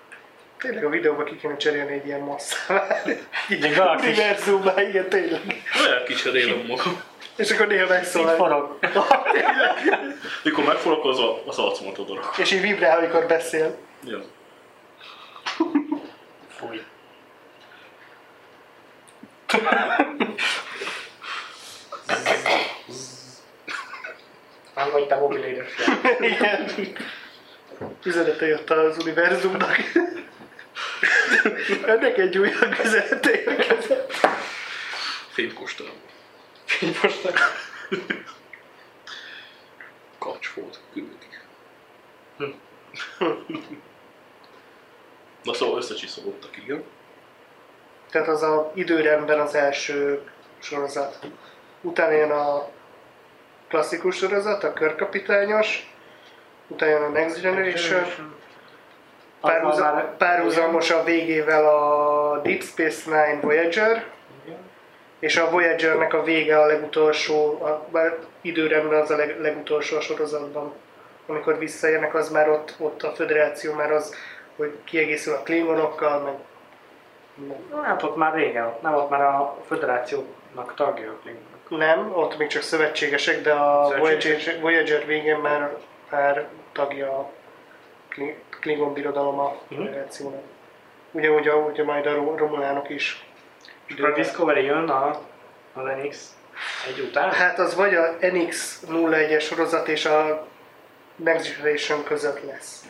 Speaker 2: Tényleg a videóba ki kéne cserélni egy ilyen masszát.
Speaker 3: Egy galaxis.
Speaker 2: Univerzumban, igen, tényleg.
Speaker 4: Olyan kicserélem magam.
Speaker 2: És akkor néha
Speaker 3: Így
Speaker 2: megszólal.
Speaker 3: forog.
Speaker 4: Mikor megfalak, az, a, az arcomat adarok.
Speaker 2: És így vibrál, amikor beszél.
Speaker 4: Ja.
Speaker 3: Fúj. Nem vagy te mobiléder
Speaker 2: Igen. Üzenete jött az univerzumnak. Ennek egy újabb üzenete érkezett.
Speaker 4: Fénykóstolom. Kacsfót küldik. Na szóval összecsiszolódtak, igen.
Speaker 2: Tehát az a időrendben az első sorozat. Utána jön a klasszikus sorozat, a körkapitányos, utána jön a Next Generation, párhuza- párhuzamos a végével a Deep Space Nine Voyager, és a Voyagernek a vége a legutolsó, a, bár időrendben az a leg, legutolsó a sorozatban. Amikor visszajönnek, az már ott, ott a föderáció már az, hogy kiegészül a klingonokkal, meg meg-
Speaker 3: Hát ott már régen, ott nem, ott már a föderációnak tagja a Klingonok.
Speaker 2: nem, ott még csak szövetségesek, de a
Speaker 3: Szövetségesek.
Speaker 2: Voyager, Voyager végén már, már tagja a Kli- Klingon birodalom a
Speaker 3: Mhm.
Speaker 2: föderációnak. Ugyanúgy, ahogy majd a Ro- Romulánok is.
Speaker 3: És akkor a Discovery jön a, az NX egy után.
Speaker 2: Hát az vagy a NX 01-es sorozat és a Next Generation között lesz.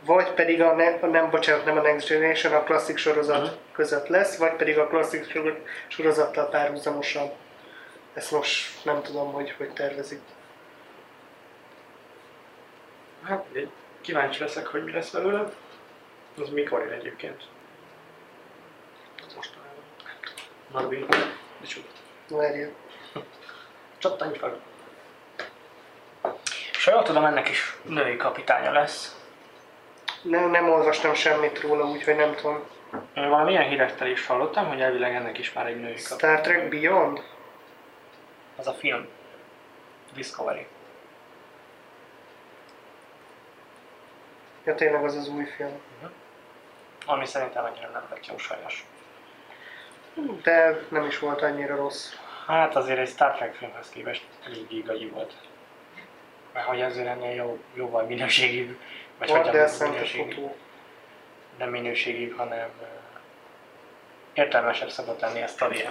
Speaker 2: Vagy pedig a, ne, a nem, bocsánat, nem a Next Generation, a klasszik sorozat
Speaker 3: Mhm.
Speaker 2: uh-huh. között lesz, vagy pedig a klasszik sor- sorozattal párhuzamosan. Ezt most nem tudom, hogy hogy tervezik.
Speaker 3: Hát, mindegy. kíváncsi leszek, hogy mi lesz belőle. Az mikor jön egyébként? Mostanában. Marvin.
Speaker 4: Micsoda.
Speaker 2: Várjál.
Speaker 3: Csattanj fel. És ha jól tudom, ennek is női kapitánya lesz.
Speaker 2: Nem, nem olvastam semmit róla, úgyhogy nem tudom.
Speaker 3: Én valamilyen hírektől is hallottam, hogy elvileg ennek is már egy női kapitánya.
Speaker 2: Star Trek Beyond?
Speaker 3: Az a film. Discovery.
Speaker 2: Ja, tényleg az az új film.
Speaker 3: ami szerintem annyira nem lett jó sajnos.
Speaker 2: de nem is volt annyira rossz.
Speaker 3: Hát azért egy Star Trek filmhez képest elég igazi volt. Mert hogy azért ennél jó, jóval minőségű, vagy
Speaker 2: Volt,
Speaker 3: hogy
Speaker 2: de
Speaker 3: nem
Speaker 2: szent a
Speaker 3: minőségű,
Speaker 2: fotó.
Speaker 3: nem minőségű, hanem ö, értelmesebb szokott lenni a sztoria.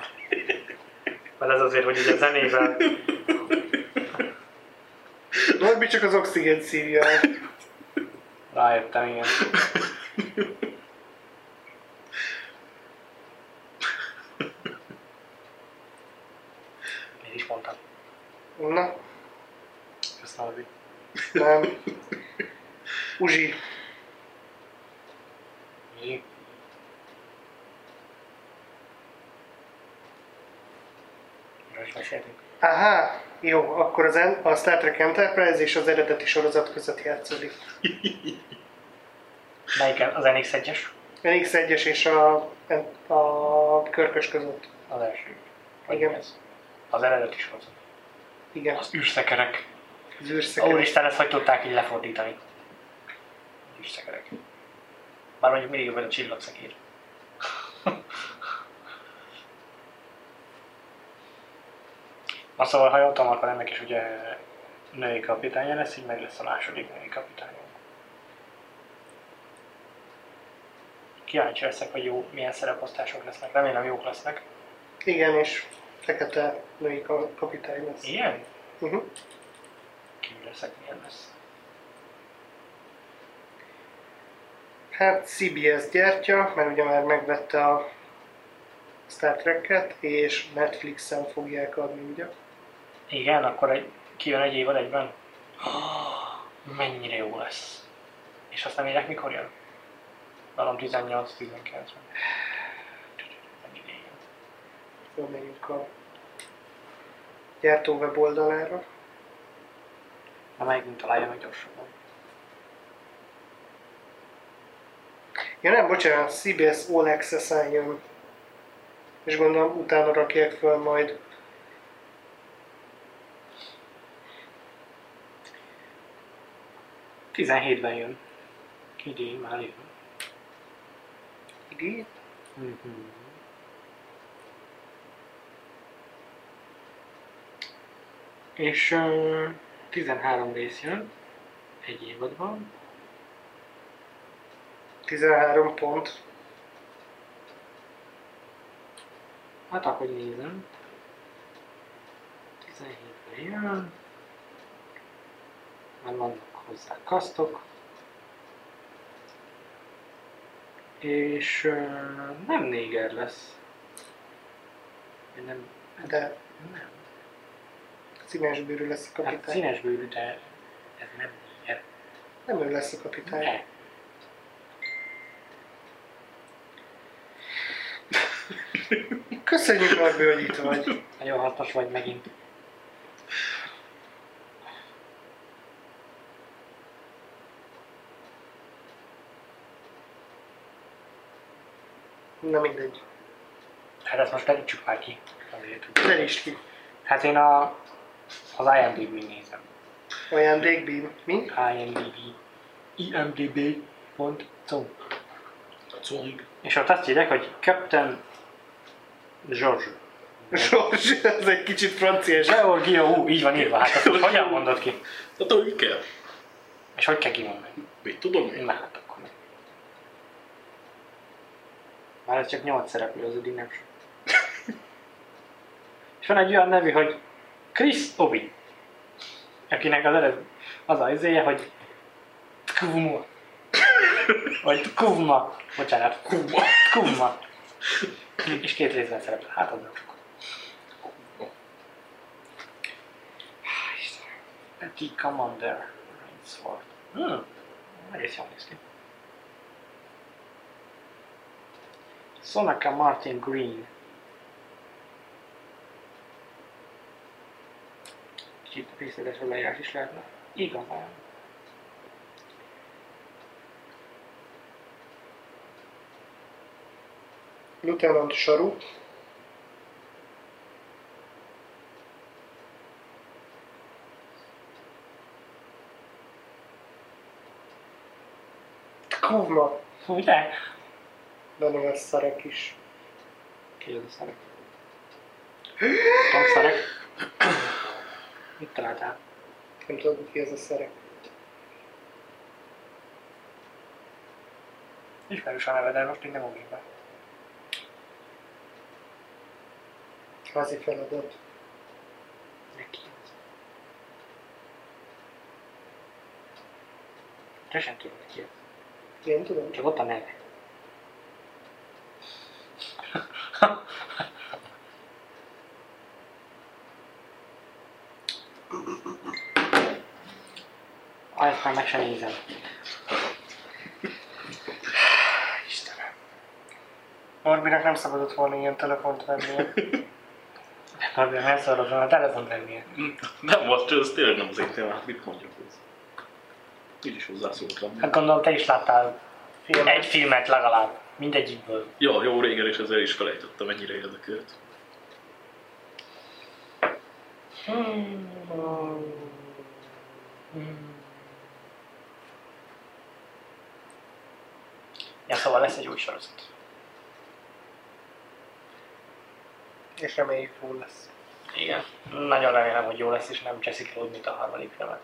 Speaker 3: Mert ez azért, hogy ugye a zenével
Speaker 2: Norbi csak az oxigén szívja. el.
Speaker 3: rájöttem, igen. Mit is mondtam?
Speaker 2: Na,
Speaker 3: Köszönöm, Albi.
Speaker 2: nem. Uzsi,
Speaker 3: Mi? Erről is meséltünk.
Speaker 2: Aha, jó, akkor az en- a Star Trek Enterprise és az eredeti sorozat között játszódik.
Speaker 3: Melyik az NX1-es?
Speaker 2: A X1-es és a, a körkös között.
Speaker 3: Az első. Vagy
Speaker 2: Igen.
Speaker 3: mi ez? Az eredet is volt.
Speaker 2: Igen,
Speaker 3: Az űrszekerek.
Speaker 2: az űrszekerek.
Speaker 3: Úristen, ezt hogy tudták így lefordítani? Űrszekerek. Bár mondjuk mindig jobb, mint a csillagszekér. Na szóval, ha jól tudom, akkor ennek is ugye női kapitánya lesz, így meg lesz a második női kapitánya. Kíváncsi leszek, hogy jó, milyen szereposztások lesznek. Remélem jók lesznek.
Speaker 2: Igen, és fekete női ka- kapitány lesz.
Speaker 3: Ilyen?
Speaker 2: Uh-huh.
Speaker 3: Kíváncsi leszek, milyen lesz.
Speaker 2: Hát CBS gyártja, mert ugye már megvette a Star Trek-et, és Netflixen fogják adni, ugye?
Speaker 3: Igen, akkor egy, kijön egy évad egyben. Ah, Mennyire jó lesz. És azt nem érek, mikor jön? Valam 18-19-ben.
Speaker 2: Fölmegyünk a gyártó weboldalára.
Speaker 3: Na melyikünk találja meg gyorsabban?
Speaker 2: Ja nem, bocsánat, CBS All Access-en jön. És gondolom utána rakják föl majd.
Speaker 3: Jó. 17-ben jön. Idén már jön.
Speaker 2: Igen?
Speaker 3: Mhm. És uh, 13 rész jön. Egy évadban.
Speaker 2: 13 pont.
Speaker 3: Hát ahogy nézem. 17-ben jön. Már vannak hozzá kasztok. És ö, nem néger lesz. Vagy Nem,
Speaker 2: De
Speaker 3: nem.
Speaker 2: színes bőrű lesz a
Speaker 3: Hát
Speaker 2: kapitány.
Speaker 3: színes bőrű, de ez nem néger.
Speaker 2: Nem ő lesz a kapitány.
Speaker 3: Ne.
Speaker 2: Köszönjük, Norbi, hogy itt vagy.
Speaker 3: Nagyon hasznos vagy megint.
Speaker 2: Na mindegy.
Speaker 3: Hát ezt most derítsük már ki. Azért, hogy-
Speaker 2: Te is ki.
Speaker 3: Hát én a, az IMDb-n nézem.
Speaker 2: Ajándékbím. Mi?
Speaker 3: IMDb. imdb.com
Speaker 4: A comb.
Speaker 3: És ott azt írják, hogy Captain George.
Speaker 2: Sors, ez egy kicsit franciás.
Speaker 3: Georgia, ú, így van írva, hát azt hogyan mondod ki?
Speaker 4: Hát ahogy kell.
Speaker 3: És hogy kell kimondani?
Speaker 4: Mit tudom én?
Speaker 3: Na hát akkor meg. Már ez csak 8 szereplő, az eddig nem sok. És van egy olyan nevű, hogy Chris Obi. Akinek az ered, az az izéje, hogy Tkuvma. Vagy Tkuvma. Bocsánat. Tkuvma. Tkuvma. És két részben szerepel. Hát az nem sok. Há, Istenem. Petit Commander. Rainsford. Hmm. Egész jól néz ki. Sonaka Martin Green. Kicsit részletes a leírás is lehetne. Igazán.
Speaker 2: Lieutenant Saru. Kuvma.
Speaker 3: Ugye?
Speaker 2: benne van szarek is.
Speaker 3: Ki az a szerek? Tom szerek? Mit találtál?
Speaker 2: Nem tudom, ki ez a szerek.
Speaker 3: Ismerős a neve, de most még nem ugrik be.
Speaker 2: Házi feladat.
Speaker 3: Neki. Te sem tudod ki ez.
Speaker 2: Én tudom.
Speaker 3: Csak ott a neve. Ah, ezt már meg sem nézem.
Speaker 2: Istenem. Norbinak nem szabadott volna ilyen telefont vennie.
Speaker 3: Nem, nem szabad volna a telefon lennie.
Speaker 4: Nem, most ez tényleg nem az én témám, mit mondjuk ez? Így is hozzászóltam.
Speaker 3: Hát gondolom te is láttál filmet. egy filmet legalább. Mindegyikből.
Speaker 4: Ja, jó régen, és ezzel is felejtettem, mennyire érdekelt.
Speaker 3: Ja, szóval lesz egy új sorozat.
Speaker 2: És reméljük jó lesz.
Speaker 3: Igen. Nagyon remélem, hogy jó lesz, és nem cseszik el úgy, mint a harmadik filmet.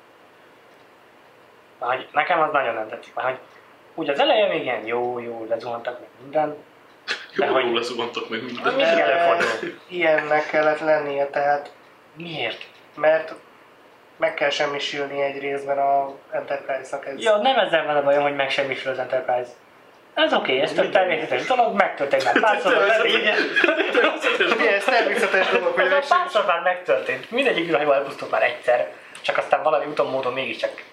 Speaker 3: Már hogy nekem az nagyon nem tetszik, mert hogy úgy az eleje még ilyen jó, jó, lezuhantak meg minden. De
Speaker 4: Jó,
Speaker 3: hogy-
Speaker 4: jó leszugantak meg mindent.
Speaker 3: Mindig
Speaker 2: De
Speaker 3: előfordul.
Speaker 2: Ilyennek kellett lennie, tehát,
Speaker 3: Miért?
Speaker 2: mert meg kell semmisülni egy részben a Enterprise-nak ez.
Speaker 3: Ja, nem ezzel van a bajom, hogy megsemmisül az Enterprise. Ez oké, okay, ez tök természetes dolog, megtörtént már szóval, párszor, az elég-
Speaker 2: Ugye, ez természetes dolog, hogy
Speaker 3: ez már
Speaker 2: meg sem...
Speaker 3: párszor már megtörtént. Mindegyik űrhajó elpusztult már egyszer, csak aztán valami úton módon mégiscsak,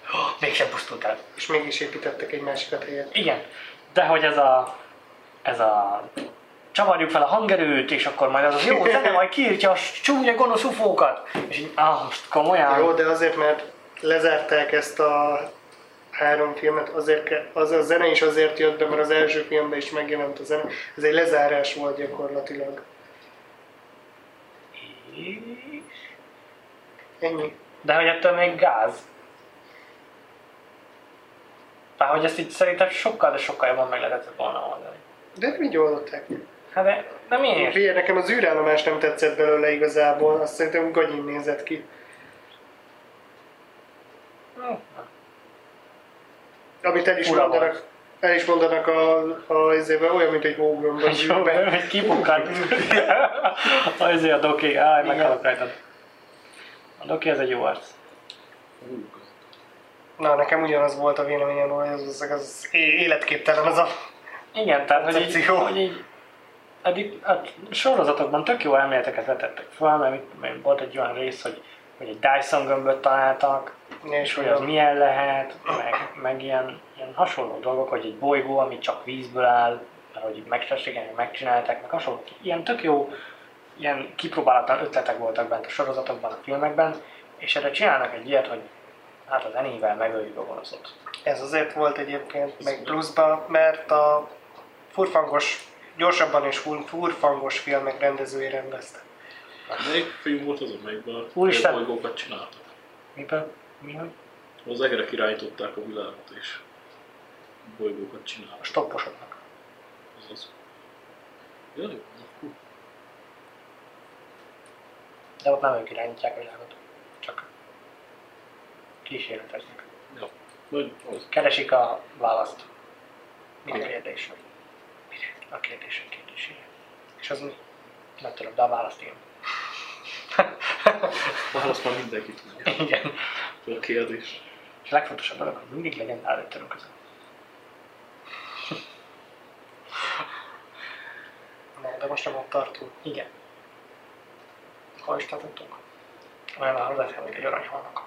Speaker 3: mégsem pusztult el.
Speaker 2: És mégis építettek egy másikat helyet.
Speaker 3: Igen, de hogy ez a, ez a csavarjuk fel a hangerőt, és akkor majd az az jó zene majd kiírtja a csúnya gonosz ufókat. És így, ah, most komolyan.
Speaker 2: Jó, de azért, mert lezárták ezt a három filmet, azért ke- az a zene is azért jött be, mert az első filmben is megjelent a zene. Ez egy lezárás volt gyakorlatilag.
Speaker 3: És-
Speaker 2: Ennyi.
Speaker 3: De hogy ettől még gáz. Tehát, hogy ezt így szerintem sokkal, de sokkal jobban meg lehetett volna oldani.
Speaker 2: De így oldották.
Speaker 3: Hát de, de miért?
Speaker 2: Figyelj, nekem az űrállomás nem tetszett belőle igazából, azt szerintem gagyin nézett ki.
Speaker 3: Hm.
Speaker 2: Amit el is
Speaker 3: Ura
Speaker 2: mondanak, el is mondanak a, a izébe, olyan, mint egy hógömb az
Speaker 3: Jó,
Speaker 2: űrben.
Speaker 3: mert kipukkant. Azért a doki, állj, meghalok rajtad. A doki ez egy jó arc.
Speaker 2: Na, nekem ugyanaz volt a véleményem, hogy az, az, az é- életképtelen az a...
Speaker 3: Igen, tehát hogy így,
Speaker 2: Koncepció.
Speaker 3: hogy így eddig a sorozatokban tök jó elméleteket vetettek fel, mert, mit, tudom én, volt egy olyan rész, hogy, hogy egy Dyson gömböt találtak, és
Speaker 2: És
Speaker 3: hogy az
Speaker 2: olyan,
Speaker 3: milyen lehet, meg, meg ilyen, ilyen hasonló dolgok, hogy egy bolygó, ami csak vízből áll, mert hogy megsességen megcsinálták, meg hasonló. Ilyen tök jó, ilyen kipróbálatlan ötletek voltak bent a sorozatokban, a filmekben, és erre csinálnak egy ilyet, hogy hát az enyével megöljük a gonoszot.
Speaker 2: ez azért volt egyébként meg pluszba, mert a furfangos, gyorsabban és fur- furfangos filmek rendezői rendezte.
Speaker 4: Melyik film volt az, amelyikben a
Speaker 3: Úristen!
Speaker 4: bolygókat csináltak?
Speaker 3: Miből? Mi, hogy?
Speaker 4: Ahol Az egerek irányították a világot, és bolygókat csináltak.
Speaker 3: A stopposoknak.
Speaker 4: Azaz. Jaj, akkor
Speaker 3: De ott nem ők irányítják a világot, csak kísérleteznek.
Speaker 4: majd az.
Speaker 3: Keresik a választ. Mi a
Speaker 4: Igen.
Speaker 3: kérdés? Mire? A kérdések kérdésére.
Speaker 2: És az mi?
Speaker 3: Nem tudom, de a választ én.
Speaker 4: Választ már mindenki tudja.
Speaker 3: Igen.
Speaker 4: A kérdés.
Speaker 3: És a legfontosabb dolog, hogy mindig legyen előttörünk között.
Speaker 2: Na, de most nem ott tartunk.
Speaker 3: Igen. Hol is tartottunk? Olyan a hozzáfér, mint egy aranyhalnak.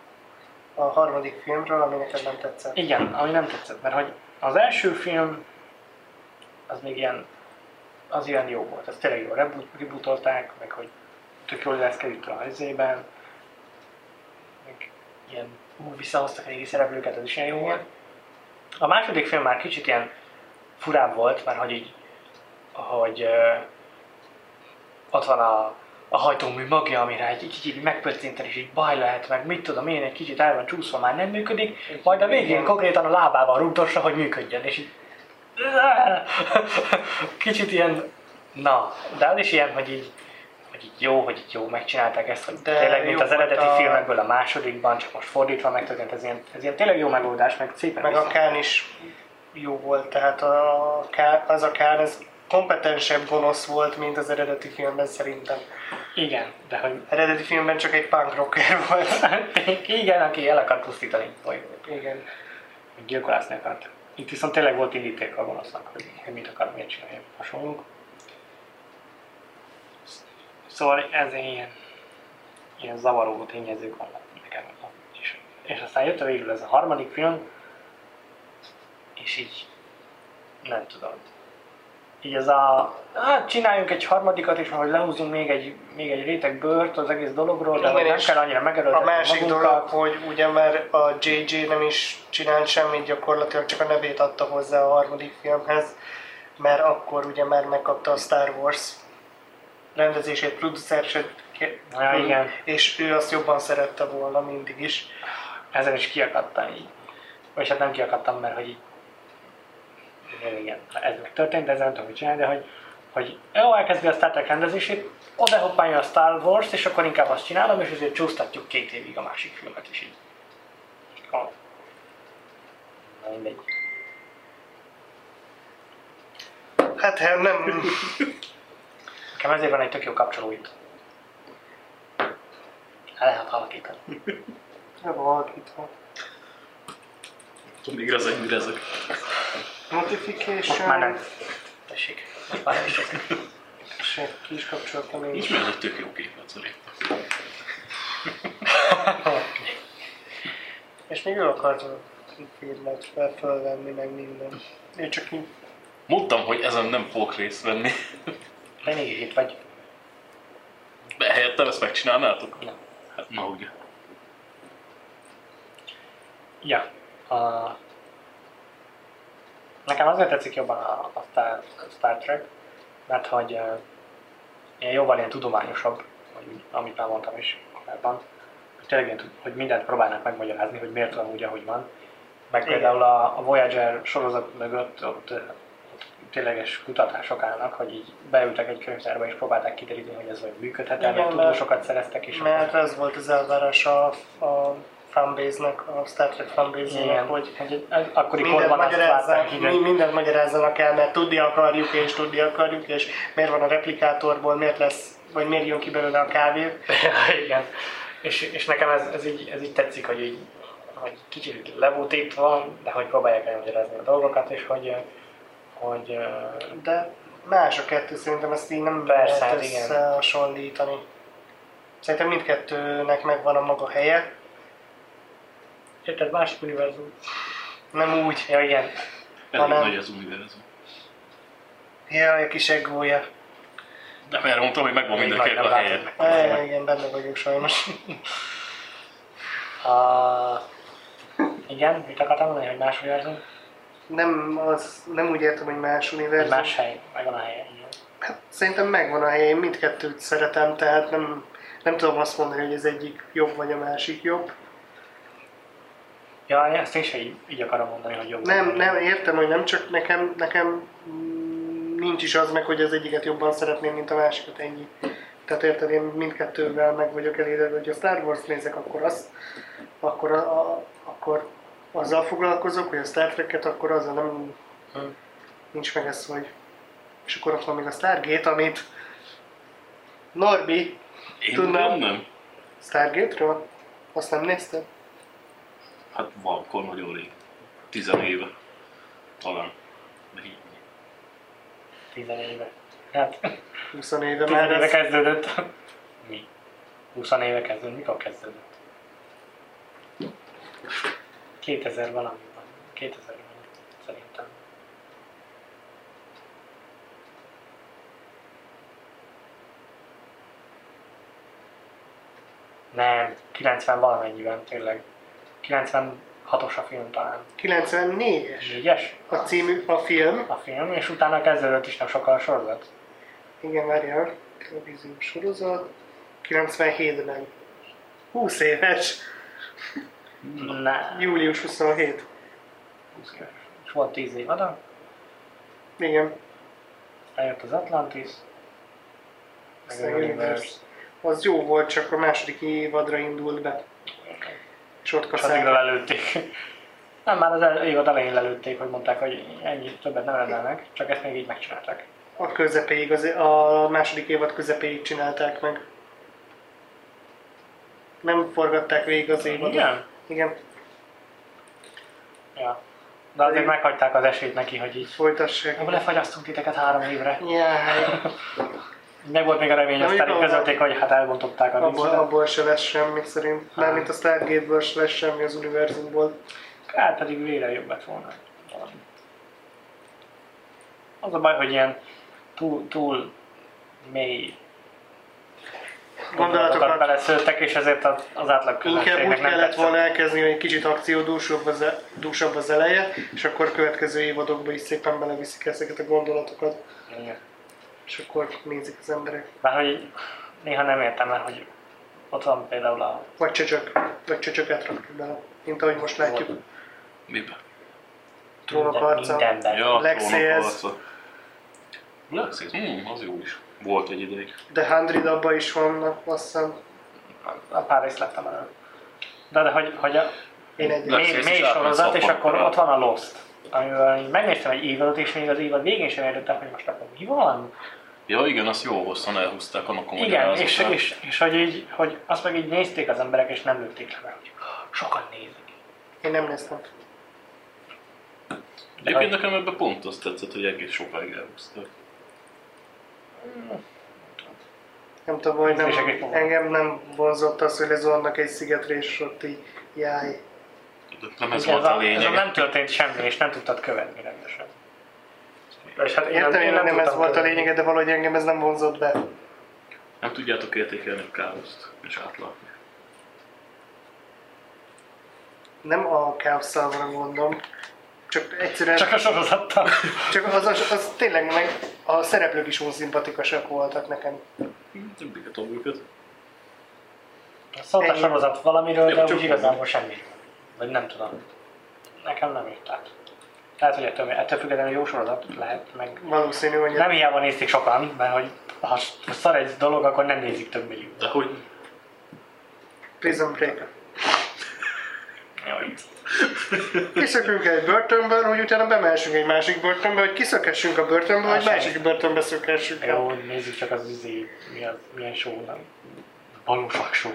Speaker 2: A harmadik filmről, ami neked nem tetszett.
Speaker 3: Igen, ami nem tetszett, mert hogy az első film az még ilyen, az ilyen jó volt, az tényleg jól rebu- rebootolták, meg hogy tök jól illeszkedik a helyzében, meg ilyen úgy visszahoztak régi szereplőket, az is ilyen jó volt. A második film már kicsit ilyen furább volt, mert hogy így, hogy ö, ott van a, a hajtómű magja, amire egy kicsit így megpöccinten, és így baj lehet, meg mit tudom én, egy kicsit el van csúszva, már nem működik, majd a végén konkrétan a lábával rúgdossa, hogy működjön, és így Kicsit ilyen, na, de az is ilyen, hogy így, hogy így jó, hogy így jó megcsinálták ezt, hogy
Speaker 2: De
Speaker 3: de tényleg, mint
Speaker 2: jó
Speaker 3: az eredeti
Speaker 2: volt a-
Speaker 3: a... filmekből a másodikban, csak most fordítva megtörtént, ez ilyen, ez ilyen tényleg jó megoldás, meg szépen
Speaker 2: Meg
Speaker 3: vissza-
Speaker 2: a Kán is jó volt, tehát a Kán, az a Kán, ez kompetensebb gonosz volt, mint az eredeti filmben szerintem.
Speaker 3: Igen, de hogy
Speaker 2: Eredeti filmben csak egy punk rocker volt.
Speaker 3: igen, aki el akart pusztítani egy bolygót,
Speaker 2: Igen.
Speaker 3: hogy gyilkolászni akart. hát. Itt viszont tényleg volt indíték a gonosznak, hogy, hogy mit akar, miért csinálja, hasonlunk. Szóval ez ilyen, ilyen zavaró tényezők vannak nekem. És, és aztán jött a végül ez a harmadik film, és így nem tudom. Így ez a, hát csináljunk egy harmadikat, és majd lehúzunk még egy, még egy réteg bőrt az egész dologról, de
Speaker 2: Igen,
Speaker 3: hogy nem
Speaker 2: és
Speaker 3: kell annyira megerőltetni
Speaker 2: A másik
Speaker 3: magunkat.
Speaker 2: dolog, hogy ugye már a JJ nem is csinált semmit, gyakorlatilag csak a nevét adta hozzá a harmadik filmhez, mert akkor ugye már megkapta a Star Wars rendezését, producersét,
Speaker 3: Ja, igen.
Speaker 2: és ő azt jobban szerette volna mindig is.
Speaker 3: ezen is kiakadtam így. Vagyis hát nem kiakadtam, mert hogy így... Igen, ez megtörtént, de ezzel nem tudom, mit csinálni, de hogy, hogy jó, elkezdi a Star Trek rendezését, oda hoppálja a Star Wars, és akkor inkább azt csinálom, és ezért csúsztatjuk két évig a másik filmet is így. A... Na mindegy.
Speaker 2: Hát hát nem,
Speaker 3: Nekem ezért van egy tök jó kapcsoló itt. El lehet halakítani.
Speaker 2: nem alakítva.
Speaker 4: Tudom, még rezeg, mi rezeg.
Speaker 2: Notification.
Speaker 3: Már nem. Tessék. Most már nem is teszik.
Speaker 2: Se, ki is kapcsoltam én.
Speaker 4: És mi az egy tök jó képlet szerintem?
Speaker 2: És még ő akart a filmet fel- fölvenni, meg minden. Ő csak így
Speaker 1: Mondtam, hogy ezen nem fogok részt venni.
Speaker 3: De mégis itt vagy.
Speaker 1: De helyettem ezt megcsinálnátok?
Speaker 3: Nem.
Speaker 1: Hát na ugye.
Speaker 3: Ja. A... Nekem azért tetszik jobban a, a, Star, a Star Trek, mert hogy uh, ilyen jóval ilyen tudományosabb, vagy úgy, amit már mondtam is korábban, hogy tényleg ilyen, tud- hogy mindent próbálnak megmagyarázni, hogy miért van úgy, ahogy van. Meg
Speaker 2: Igen.
Speaker 3: például a, a Voyager sorozat mögött ott, ö, ott tényleges kutatások állnak, hogy így beültek egy könyvtárba és próbálták kideríteni, hogy ez vagy működhet,
Speaker 2: Igen,
Speaker 3: elég
Speaker 2: mert-
Speaker 3: tudósokat szereztek is.
Speaker 2: Mert ez volt az elvárás a, a fanbase-nek, a Star Trek fanbase-nek,
Speaker 3: igen,
Speaker 2: hogy
Speaker 3: hogy, hogy az akkori
Speaker 2: mindent
Speaker 3: korban azt
Speaker 2: magyarázzák,
Speaker 3: látták,
Speaker 2: mi,
Speaker 3: igen.
Speaker 2: mindent magyarázzanak el, mert tudni akarjuk, és tudni akarjuk, és miért van a replikátorból, miért lesz, vagy miért jön ki belőle a kávé.
Speaker 3: Ja, igen. És, és nekem ez, ez, így, ez így tetszik, hogy így hogy kicsit lebutítva, de hogy próbálják elmagyarázni a dolgokat, és hogy, hogy eh, ö,
Speaker 2: De más a kettő, szerintem ezt így nem
Speaker 3: Persze,
Speaker 2: lehet
Speaker 3: hát igen.
Speaker 2: összehasonlítani. Szerintem mindkettőnek megvan a maga helye,
Speaker 3: érted, másik univerzum.
Speaker 2: nem úgy.
Speaker 3: Ja, igen.
Speaker 4: Elég
Speaker 2: Hanem-
Speaker 4: nagy az univerzum.
Speaker 2: Jaj, a kis egója.
Speaker 1: De mert mondtam, hogy megvan
Speaker 3: Még
Speaker 1: mindenkinek
Speaker 3: nagy
Speaker 1: a
Speaker 3: nem látod
Speaker 1: helye.
Speaker 3: meg.
Speaker 2: Jaj, igen, benne vagyok sajnos.
Speaker 3: A... Igen, mit akartam mondani, hogy más univerzum?
Speaker 2: Nem, az, nem úgy értem, hogy más
Speaker 3: Vagy
Speaker 2: univerzum.
Speaker 3: más hely, megvan a helye. igen.
Speaker 2: Hát, Szerintem megvan a helye, én mindkettőt szeretem, tehát nem, nem tudom azt mondani, hogy az egyik jobb vagy a másik jobb.
Speaker 3: Ja, ezt én sem így, így akarom mondani, hogy jobb.
Speaker 2: Nem, nem értem, hogy nem csak nekem, nekem mm, nincs is az meg, hogy az egyiket jobban szeretném, mint a másikat ennyi. Tehát érted, én mindkettővel meg vagyok elégedve, hogy a Star Wars nézek, akkor azt, akkor, a, a, akkor azzal foglalkozok, hogy a Star Trek-et, akkor azzal nem,
Speaker 3: Hm.
Speaker 2: nincs meg ez, hogy... És akkor ott van még a Stargate, amit Norbi,
Speaker 4: Én
Speaker 2: Tudnám.
Speaker 4: nem, nem.
Speaker 2: Stargate-ről? Azt nem nézted?
Speaker 4: Hát valamikor nagyon rég. Tizen éve. Talán. De így.
Speaker 3: Tizen éve. Hát,
Speaker 2: 20 éve
Speaker 3: tizen
Speaker 2: már
Speaker 3: éve
Speaker 2: ez.
Speaker 3: kezdődött. Mi? 20 éve kezdődött. Mikor kezdődött? 2000 valamiben. 2000 valami, szerintem. Nem, 90 valamennyiben tényleg. 96-os a film talán.
Speaker 2: 94-es
Speaker 3: 4-es
Speaker 2: a című a film.
Speaker 3: a film, és utána kezdődött is nem sokkal a sorozat.
Speaker 2: Igen, várjál, televíziós sorozat. 97-ben. 20 éves,
Speaker 3: Ne.
Speaker 2: július 27.
Speaker 3: És volt 10 évada.
Speaker 2: Igen,
Speaker 3: Eljött az Atlantis. Meg az
Speaker 2: Aztán Universe.
Speaker 3: Universe.
Speaker 2: Az jó volt, csak a második évadra indult be. És ott
Speaker 3: És addigra
Speaker 2: kaszálták.
Speaker 3: lelőtték. Nem, már az el- évad elején lelőtték, hogy mondták, hogy ennyi többet nem rendelnek, csak ezt még így megcsinálták.
Speaker 2: A közepéig, az, a második évad közepéig csinálták meg. Nem forgatták végig az évadot.
Speaker 3: Igen?
Speaker 2: Igen,
Speaker 3: Ja. De azért meghagyták az esélyt neki, hogy így
Speaker 2: folytassák.
Speaker 3: Abba lefagyasztunk titeket három évre.
Speaker 2: Jaj,
Speaker 3: Meg volt még a remény,
Speaker 2: Na,
Speaker 3: aztán
Speaker 2: mi
Speaker 3: így
Speaker 2: van?
Speaker 3: közölték, hogy hát elbontották a
Speaker 2: abból,
Speaker 3: vízbe.
Speaker 2: abból se lesz semmi szerint. Mármint a Stargate-ből se lesz semmi az univerzumból.
Speaker 3: Hát pedig vére jobb lett volna. Az a baj, hogy ilyen túl, túl mély gondolatokat
Speaker 2: Gondolatokat.
Speaker 3: beleszőttek, és ezért az az átlag
Speaker 2: Inkább úgy
Speaker 3: közönségnek nem
Speaker 2: kellett
Speaker 3: tetszett.
Speaker 2: volna elkezdeni, hogy egy kicsit akciódúsabb az, e- dúsabb az eleje, és akkor következő évadokba is szépen beleviszik ezeket a gondolatokat.
Speaker 3: Igen.
Speaker 2: És akkor nézik az emberek.
Speaker 3: Bár hogy néha nem értem, mert hogy ott van például a...
Speaker 2: Vagy csöcsök, vagy csöcsöket rakjuk bele, mint ahogy most látjuk.
Speaker 1: Miben?
Speaker 2: Trónok
Speaker 3: minden-
Speaker 2: harca.
Speaker 3: Mindenben.
Speaker 1: Ja,
Speaker 2: Black Sails.
Speaker 1: Black Sails, mm, az jó is. Volt egy ideig.
Speaker 2: De Hundred abban is vannak, azt hiszem.
Speaker 3: A pár részlettem elő. De, de hogy, hogy a
Speaker 2: Én egy.
Speaker 1: De-
Speaker 3: mély,
Speaker 1: Szélsz
Speaker 3: mély
Speaker 1: is átment
Speaker 3: sorozat, és
Speaker 1: szappan.
Speaker 3: akkor ott van a Lost. Amivel így megnéztem egy évadot, és még az évad végén sem értettem, hogy most akkor mi van.
Speaker 1: Ja igen, azt jó hosszan elhúzták annak a
Speaker 3: Igen, és, és, és, hogy, így, hogy azt meg így nézték az emberek, és nem lőtték le, mert hogy sokan nézik.
Speaker 2: Én nem néztem.
Speaker 1: Egyébként nekem ebben pont azt tetszett, hogy egész sokáig elhúzták.
Speaker 2: Nem tudom, hogy nem,
Speaker 3: És egy pohár.
Speaker 2: engem nem vonzott az, hogy lezuhannak egy szigetre, és ott így jáj.
Speaker 1: De Nem ez
Speaker 3: Igen,
Speaker 1: volt a
Speaker 3: ez a
Speaker 1: lényeg.
Speaker 3: nem történt semmi, és nem tudtad követni rendesen. És hát
Speaker 2: Értem, hogy nem, ez
Speaker 3: tudtam
Speaker 2: volt a
Speaker 3: követni.
Speaker 2: lényege, de valahogy engem ez nem vonzott be.
Speaker 1: Nem tudjátok értékelni a káoszt és átlátni.
Speaker 2: Nem a káosszal van gondom. Csak egyszerűen,
Speaker 3: Csak
Speaker 2: csak,
Speaker 3: a sorozattal.
Speaker 2: csak az, az, az, tényleg meg a szereplők is unszimpatikusak voltak nekem.
Speaker 1: Hmm, Nem bígatom őket.
Speaker 3: Szólt a
Speaker 2: Ennyi.
Speaker 3: sorozat valamiről,
Speaker 1: Jó,
Speaker 3: de
Speaker 1: csak
Speaker 3: úgy igazából semmi. Vagy nem tudom. Nekem nem jött át. Lehet, hogy ettől, ettől függetlenül jó sorozat lehet, meg
Speaker 2: Valószínű, hogy
Speaker 3: nem hiába nézték sokan, mert hogy ha szar egy dolog, akkor nem nézik több millió.
Speaker 1: De hogy
Speaker 2: Prison Break.
Speaker 3: Jaj.
Speaker 2: Kiszökünk egy börtönből, hogy utána bemehessünk egy másik börtönbe, hogy kiszökessünk a börtönből,
Speaker 3: Á,
Speaker 2: hogy
Speaker 3: semmi.
Speaker 2: másik börtönbe szökessünk el.
Speaker 3: Jó, nézzük csak az izé, mi az, milyen show, nem? Valóság show.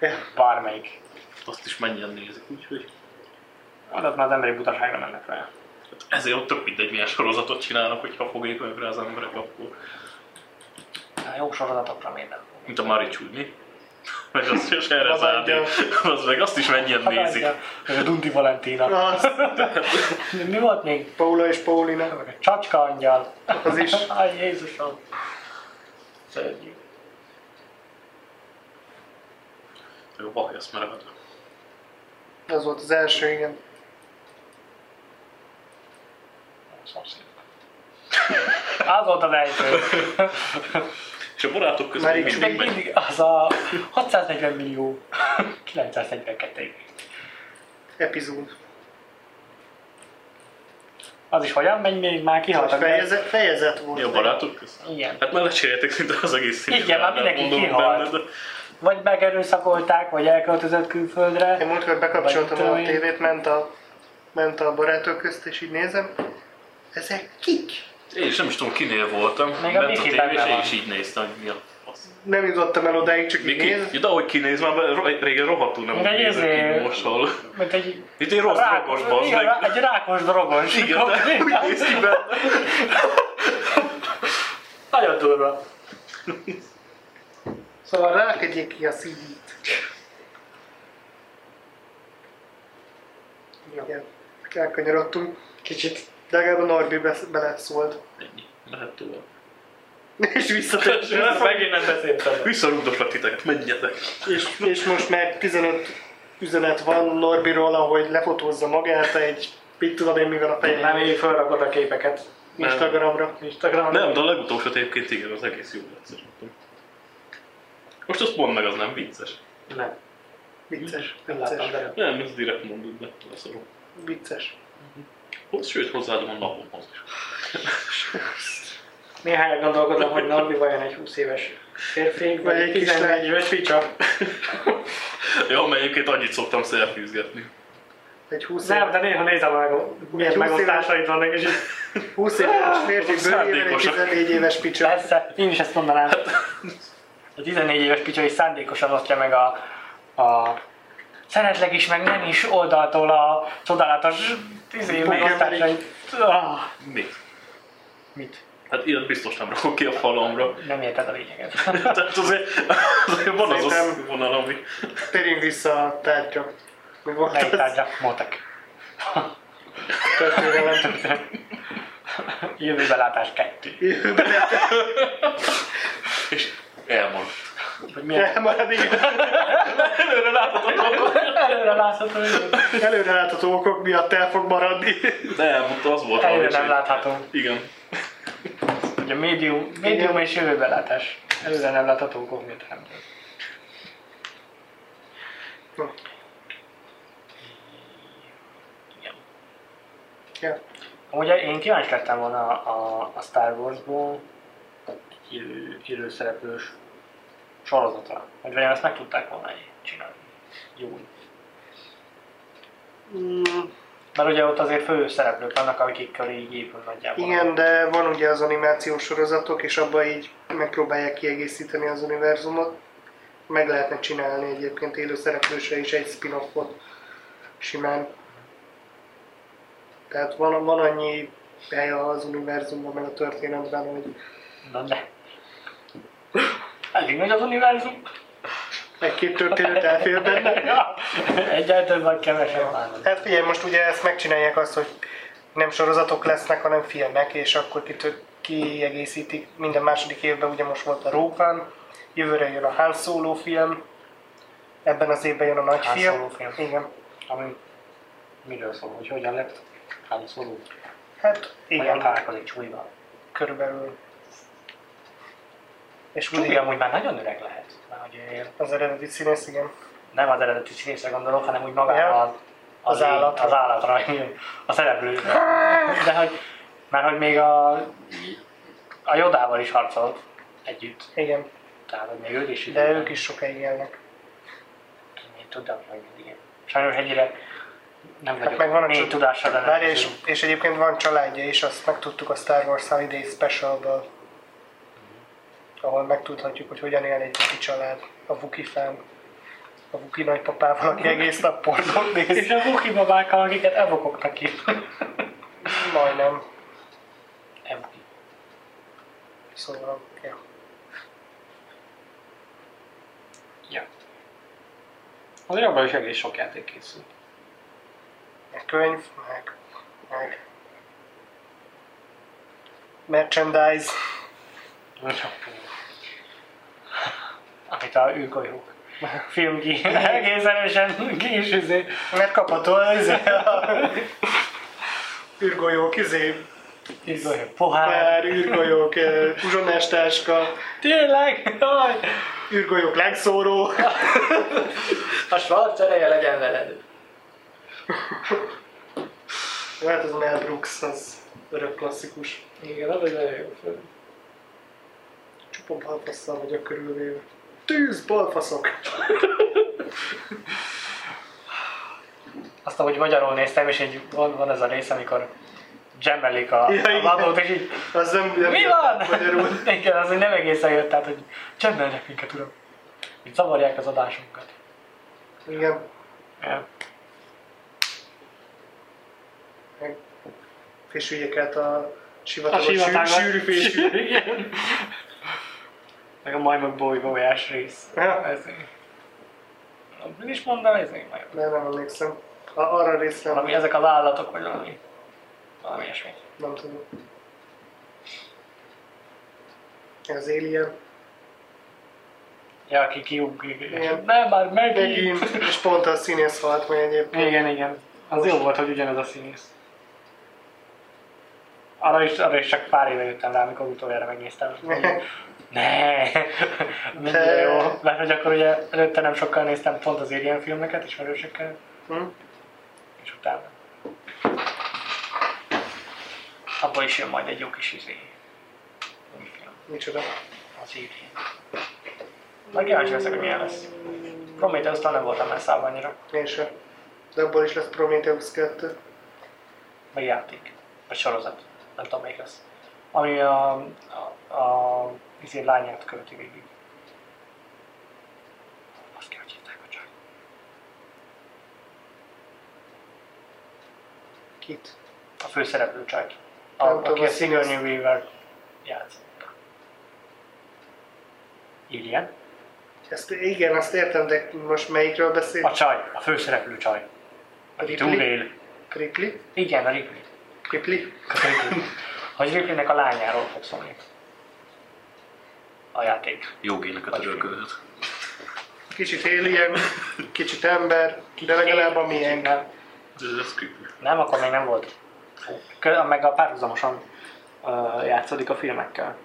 Speaker 2: Ja.
Speaker 3: Bármelyik.
Speaker 1: azt is mennyien nézik, úgyhogy
Speaker 3: Adat már az emberi butaságra mennek rá.
Speaker 1: hát ezért ott tök mindegy milyen sorozatot csinálnak, hogyha fogékonyak rá az emberek, akkor
Speaker 3: Hát jó sorozatokra még nem.
Speaker 1: mint a Mari mi? Meg azt is erre
Speaker 2: Az
Speaker 1: zárni.
Speaker 2: angyal.
Speaker 1: Az meg azt is mennyien nézik.
Speaker 3: Ez a Dundi Valentina.
Speaker 2: Az,
Speaker 3: Mi volt még?
Speaker 2: Paula és Paulina.
Speaker 3: A csacska angyal.
Speaker 2: Hát Az is.
Speaker 3: Aj, Jézusom. Szörnyű.
Speaker 1: Jó, valami azt már elmondom.
Speaker 2: Az volt az első, igen.
Speaker 3: Szomszéd. Az volt az első.
Speaker 1: És a barátok között
Speaker 2: Már
Speaker 1: mindig
Speaker 2: így
Speaker 3: Még
Speaker 1: megy.
Speaker 3: mindig az a 640 millió 942.
Speaker 2: Epizód.
Speaker 3: Az is hogyan megy még? Már
Speaker 2: Vagy
Speaker 3: kihaltak. mert-
Speaker 2: fejezet, fejezet volt.
Speaker 1: Mi a barátok között?
Speaker 3: Igen.
Speaker 1: Hát már lecseréltek szinte az egész színét.
Speaker 3: Igen, már mindenki kihalt. Vagy megerőszakolták, vagy elköltözött
Speaker 2: Én
Speaker 3: külföldre.
Speaker 2: múltkor bekapcsoltam a
Speaker 3: Vagy-
Speaker 2: tévét, ment a, ment a barátok közt, és így nézem. Ezek kik?
Speaker 1: Én is nem is tudom, kinél voltam.
Speaker 3: Még a
Speaker 1: Ment a
Speaker 3: Miki
Speaker 1: tévé,
Speaker 3: benne
Speaker 1: és én
Speaker 3: van.
Speaker 1: is így néztem, hogy mi a fasz.
Speaker 2: Nem jutottam el odáig, csak így
Speaker 1: Miki,
Speaker 2: néz.
Speaker 1: ja, de ahogy kinéz, már ro- régen rohadtul nem
Speaker 3: Még
Speaker 1: úgy
Speaker 3: egy
Speaker 1: nézett
Speaker 3: izé-
Speaker 1: ki most, ahol.
Speaker 3: Mint egy
Speaker 1: Itt egy rossz drogos bazd
Speaker 3: igen,
Speaker 1: meg.
Speaker 3: rá- egy rákos drogos.
Speaker 1: Igen, de úgy néz ki benne.
Speaker 3: Nagyon durva.
Speaker 2: Szóval rákegyék ki a szívét. Igen, elkanyarodtunk. Kicsit. De legalább a Norbi besz- beleszólt.
Speaker 1: Ennyi, lehet tovább.
Speaker 2: És visszatértünk.
Speaker 3: Megint nem beszéltem.
Speaker 1: Visszarúgdoslak titeket, menjetek.
Speaker 2: És, és most már 15 üzenet van Norbiról, ahogy lefotózza magát egy, mit tudom én, mivel a
Speaker 3: Nem,
Speaker 2: fején
Speaker 3: így felrakod a képeket.
Speaker 2: Instagramra.
Speaker 3: Instagramon.
Speaker 1: Nem, de a legutolsót egyébként igen, az egész jó lett szerintem. Most azt mondd meg, az nem vicces.
Speaker 3: Nem.
Speaker 2: Vicces,
Speaker 3: Nem láttam,
Speaker 2: vicces,
Speaker 3: de
Speaker 1: Nem, ez direkt mondod, de leszorom.
Speaker 2: vicces.
Speaker 1: Hoz, sőt, hozzáadom a napomhoz is.
Speaker 3: Néhány gondolkodom, hogy Norbi vajon egy 20 éves férfi, vagy egy 14 éves ficsa.
Speaker 1: Jó, mert egyébként annyit szoktam szelfűzgetni.
Speaker 2: Egy 20
Speaker 3: Nem,
Speaker 2: év-
Speaker 3: de néha nézem meg, milyen
Speaker 2: Egy 20
Speaker 3: megosztásaid vannak, és így
Speaker 2: 20 éves
Speaker 3: Ah,
Speaker 2: férfi bőrében egy
Speaker 1: Szándékosak.
Speaker 2: 14 éves picsa.
Speaker 3: persze, én is ezt mondanám. A 14 éves picsa is szándékosan osztja meg a, a szeretlek is, meg nem is oldaltól a csodálatos izé,
Speaker 2: Pokémon.
Speaker 3: megosztásait. Ah,
Speaker 1: Mi?
Speaker 3: mit?
Speaker 1: Hát ilyet biztos nem rakok ki a falamra.
Speaker 3: Nem érted a lényeget.
Speaker 1: Tehát azért, azért van az a
Speaker 2: Szerintem-
Speaker 1: vonal, ami...
Speaker 2: Térjünk vissza a tárgyra. Mi volt
Speaker 3: Melyik
Speaker 2: ez?
Speaker 3: tárgya? Motek.
Speaker 2: Történelem.
Speaker 3: Jövőbelátás kettő.
Speaker 1: És elmond.
Speaker 3: Vagy milyen?
Speaker 2: Elmarad, igen.
Speaker 1: Előre láthatod.
Speaker 3: Előre látható.
Speaker 2: Előrelátható okok miatt el fog maradni.
Speaker 1: Nem, ott az volt
Speaker 3: Előre
Speaker 1: és
Speaker 3: nem
Speaker 1: így-
Speaker 3: látható.
Speaker 1: Igen.
Speaker 3: Ugye médium, médium és jövőbelátás. Előre nem látható okok nem.
Speaker 2: Na,
Speaker 3: Igen.
Speaker 2: Ja.
Speaker 3: Amúgy én kíváncsi lettem volna a, a, a Star Wars-ból egy élő, élőszereplős sorozatra. Hogy vajon ezt meg tudták volna így csinálni. Jó.
Speaker 2: Mm,
Speaker 3: Mert ugye ott azért fő szereplők vannak, akikkel így épül nagyjából.
Speaker 2: Igen, de van ugye az animációs sorozatok, és abban így megpróbálják kiegészíteni az univerzumot. Meg lehetne csinálni egyébként élőszereplősre is egy spin-offot simán. Tehát van, van annyi hely az univerzumban, meg a történetben, hogy
Speaker 3: Na de. Elég nagy az univerzum.
Speaker 2: egy-két történet elfér benne.
Speaker 3: Egyel több vagy kevesebb már. nem.
Speaker 2: Hát figyelj, most ugye ezt megcsinálják azt, hogy nem sorozatok lesznek, hanem filmek, és akkor kitö- kiegészítik minden második évben, ugye most volt a Rogue One, jövőre jön a Han Solo film, ebben az évben jön a nagy
Speaker 3: Han
Speaker 2: film.
Speaker 3: Solo film.
Speaker 2: Igen.
Speaker 3: Ami miről szól, hogy hogyan lett hányszorú.
Speaker 2: Hát
Speaker 3: Hogyan
Speaker 2: igen,
Speaker 3: találkozik csúlyban.
Speaker 2: körülbelül. És
Speaker 3: Csúlyi
Speaker 2: ugye
Speaker 3: amúgy már nagyon öreg lehet. Már, hogy ő él.
Speaker 2: az eredeti színész, igen.
Speaker 3: nem az eredeti színészre gondolok, hanem úgy magára
Speaker 2: Ja.
Speaker 3: az,
Speaker 2: Az állatra.
Speaker 3: az állatra, a szereplőre. De hogy, már hogy még a, a Jodával is harcolt együtt,
Speaker 2: Igen,
Speaker 3: tehát hogy még ők is
Speaker 2: de ők is sokáig élnek.
Speaker 3: Én tudom, hogy igen. Sajnos ennyire nem vagyok
Speaker 2: Hát meg van a
Speaker 3: mély
Speaker 2: csod-
Speaker 3: tudással, de nem
Speaker 2: Várj, és,
Speaker 3: tudom.
Speaker 2: és egyébként van családja is, azt megtudtuk a Star Wars Holiday Specialből, ahol megtudhatjuk, hogy hogyan él egy Vuki család, a Vuki fám, a Vuki nagypapával, aki egész nap pornót néz.
Speaker 3: És a Wookie babákkal, akiket evokoknak itt.
Speaker 2: Majdnem.
Speaker 3: Evoki.
Speaker 2: Szóval, ja.
Speaker 3: Ja. Az jobban is egész sok játék készült.
Speaker 2: Meg könyv, meg, meg merchandise.
Speaker 3: Amit a őkolyhók filmgi egész erősen ki is izé.
Speaker 2: Mert kapható az a űrgolyók, izé,
Speaker 3: Őkolyhók pohár.
Speaker 2: pár űrgolyók, ö, uzsonás táska,
Speaker 3: Tényleg? Jaj!
Speaker 2: űrgolyók legszóró.
Speaker 3: A svarc ereje legyen veled.
Speaker 2: Hát az Mel Brooks, az örök klasszikus.
Speaker 3: Igen, az egy nagyon jó film.
Speaker 2: Csupa balfasszal vagyok körülvéve. Tűz balfaszok!
Speaker 3: Azt, ahogy magyarul néztem, és így van, van ez a rész, amikor dzsemmelik a,
Speaker 2: Ja,
Speaker 3: a
Speaker 2: igen.
Speaker 3: vadót, és így
Speaker 2: Az nem, nem
Speaker 3: Mi
Speaker 2: jött
Speaker 3: van?
Speaker 2: Magyarul.
Speaker 3: Igen, az nem egészen jött, tehát hogy csendelnek minket, uram. Így zavarják az adásunkat.
Speaker 2: Igen.
Speaker 3: Ja.
Speaker 2: Meg fésüljék át a sivatagot.
Speaker 3: sivatagot.
Speaker 2: Sűrű, sűrű fésű.
Speaker 3: Igen. Meg a majmok bolygójás rész.
Speaker 2: Ja.
Speaker 3: Ez Mi is mondaná, ez még majom.
Speaker 2: Nem, nem emlékszem. A, arra részre nem,
Speaker 3: Valami ezek az állatok, vagy valami. Valami ilyesmi.
Speaker 2: nem tudom. Az Alien.
Speaker 3: Ja, aki kiugrik. és
Speaker 2: Igen.
Speaker 3: Nem, már megint.
Speaker 2: Megint, és pont a színész halt meg egyébként.
Speaker 3: Igen, igen. Az jó volt, hogy ugyanez a színész. Arra is, arra is csak pár éve jöttem rá, amikor utoljára megnéztem. Ne, mennyire
Speaker 2: De-
Speaker 3: jó. Mert hogy akkor ugye előtte nem sokkal néztem pont az Alien filmeket, ismerősökkel,
Speaker 2: Hm?
Speaker 3: és utána. abban is jön majd egy jó kis izé. film
Speaker 2: Micsoda?
Speaker 3: Az idén. Nagy kíváncsi leszek, hogy milyen lesz. prometheus nem voltam messzább annyira,
Speaker 2: Én sem. De abból is lesz Prometheus 2.
Speaker 3: meg játék, vagy sorozat, nem tudom melyik lesz. Ami a, a, a izé lányát követi végig. Azt kell, hogy hívták a csaj.
Speaker 2: Kit?
Speaker 3: A főszereplő csaj. A,
Speaker 2: Nem tudom,
Speaker 3: aki a
Speaker 2: azt hiszem.
Speaker 3: Sigourney Weaver játszik. Ilian?
Speaker 2: Ezt, igen, azt értem, de most melyikről
Speaker 3: A
Speaker 2: beszél?
Speaker 3: csaj, a főszereplő csaj. Aki
Speaker 2: Ripley?
Speaker 3: túlél.
Speaker 2: Kripli?
Speaker 3: Igen, a Ripley.
Speaker 2: Kripli?
Speaker 3: Ripley. Hogy Ripleynek a lányáról fog szólni. A játék.
Speaker 1: Jogének a törölködött.
Speaker 2: Kicsit alien, kicsit ember, de legalább a miénk.
Speaker 3: Nem,
Speaker 1: Ez a script.
Speaker 3: nem, akkor még nem volt. Kö- Meg a párhuzamosan ö, játszódik a filmekkel.